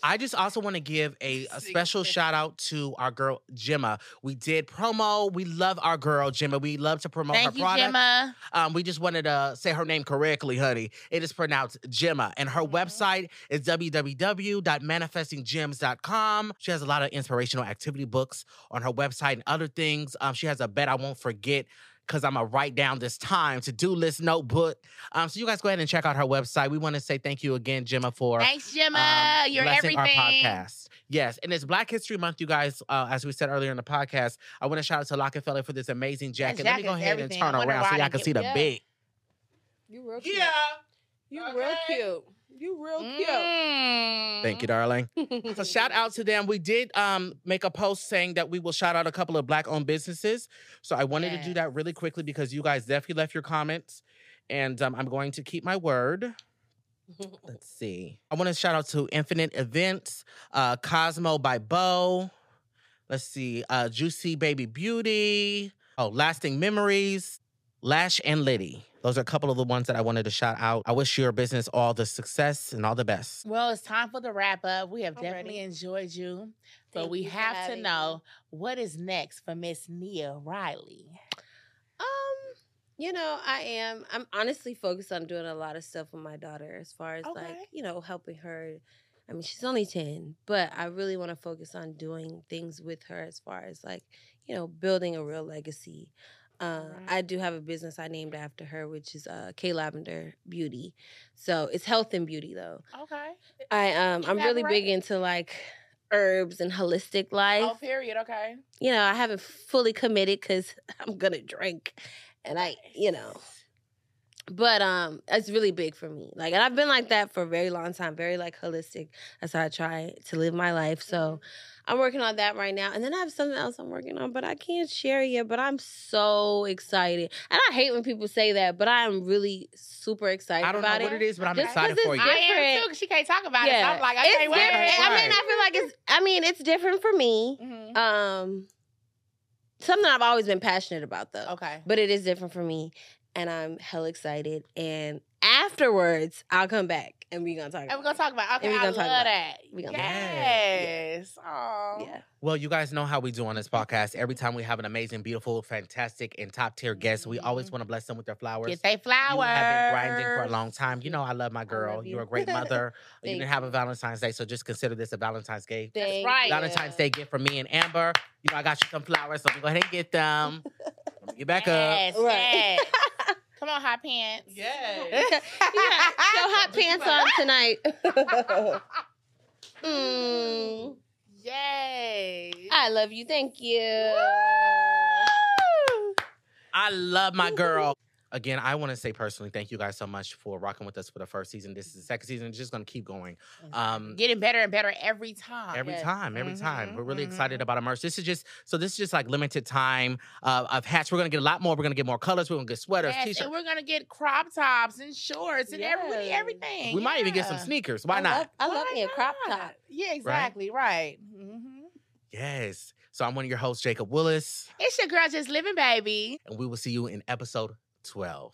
I just also want to give a, a
Sick.
special shout out to our girl Gemma. We did promo. We love our girl Gemma. We love to promote
Thank
her
you,
product.
Gemma.
Um, we just wanted to say her name correctly, honey. It is pronounced Gemma, and her
Mhm.
website is www.manifestinggems.com. She has a lot of inspirational activity books on her website and other things. Um, she has a bet I won't forget. Cause I'm gonna write down this time to do list notebook. Um, so you guys go ahead and check out her website. We want to say thank you again, Gemma, for
Thanks, Gemma.
um,
You're
blessing
everything.
our podcast. Yes, and it's Black History Month, you guys. Uh, as we said earlier in the podcast, I want to shout out to Lockefeller for this amazing jacket. Let me go
jacket's
ahead
everything. I
and turn
wonder
around
why
so
I
y'all
didn't
can
get-
see the
Yeah.
big.
You real cute. You real
Okay.
cute. You real cute.
Mm.
Thank you, darling. So shout out to them. We did um, make a post saying that we will shout out a couple of black-owned businesses. So I wanted to do that really quickly because you guys definitely left your comments, and um, I'm going to keep my word. Let's see. I want to shout out to Infinite Events, uh, Cosmo by Bo. Let's see, uh, Juicy Baby Beauty. Oh, Lasting Memories, Lash and Liddy. Those are a couple of the ones that I wanted to shout out. I wish your business all the success and all the best.
Well, it's time for the wrap up. We have
I'm
definitely
ready.
enjoyed you, but
Thank
we
you for
have to
having me.
know what is next for Miss Nia Riley.
Um, you know, I am. I'm honestly focused on doing a lot of stuff with my daughter as far as like,
Okay.
you know, helping her. I mean, she's only 10, but I really want to focus on doing things with her as far as like, you know, building a real legacy. Uh,
Right.
I do have a business I named after her, which is uh, K Lavender Beauty. So it's health and beauty, though.
Okay.
I um, I'm really big
Elaborate.
into like herbs and holistic life
Oh, period. Okay.
you know, I haven't fully committed because I'm gonna drink, and I, you know, but um, it's really big for me. Like, and I've been like that for a very long time, very like holistic. That's how I try to live my life.
Mm-hmm.
So, I'm working on that right now, and then I have something else I'm working on, but I can't share yet. But I'm so excited, and I hate when people say that, but I am really super excited
I don't know
about
what
it.
it is, but I'm
Just 'cause
excited
it's
for you.
I am
Different.
too, 'cause she can't talk about it. So
Yeah.
I'm like, I can't
it's
wait.
different. Mm-hmm. I mean,
Right.
I feel like it's. I mean, it's different for me.
Mhm.
Um, something I've always been passionate about though.
Okay.
But it is different for me. And I'm hell excited. And afterwards, I'll come back and we're gonna talk
And
about
we're gonna talk about okay,
And we
I love
gonna talk about it.
that.
We gonna talk
about it.
yes. Oh.
it. Yeah.
Well, you guys know how we do on this podcast. Every time we have an amazing, beautiful, fantastic, and top tier guest, we always
Mm-hmm.
Mhm.
want to bless them with their flowers.
Get they
You
flowers.
have been grinding for a long time. You
Yeah.
know, I love my girl.
love
You're
you.
a great mother. you
Thank
didn't have a Valentine's Day, so just consider this a Valentine's Day.
Thank
right.
you.
Valentine's Day gift from me and Amber. You know, I got you some flowers, so go ahead and get them. Let me Get back up.
Yes.
Right.
yes. Come on, hot pants.
Yes.
You got- Show hot pants on tonight. Mm.
Yay.
I love you. Thank you.
I love my girl. Again, I want to say personally, thank you guys so much for rocking with us for the first season. This is the second season. It's just going to keep going. Um,
Getting better and better every time.
Every
Yes.
time, every time.
Mhm,
We're really
mhm.
excited about merch. This is just so this is just like limited time uh, of hats. We're gonna get a lot more. We're gonna get more colors. We're gonna get sweaters,
Yes,
t-shirts.
and we're gonna get crop tops and shorts and every- really
Yes.
everything.
We might even get some
Yeah.
sneakers. Why not?
I love, I love
Why
me a crop
not?
top.
Yeah, exactly. Right. hmm
yes. So I'm one of your hosts, Jacob Willis,
It's your girl, just living, baby.
and we will see you in episode 12.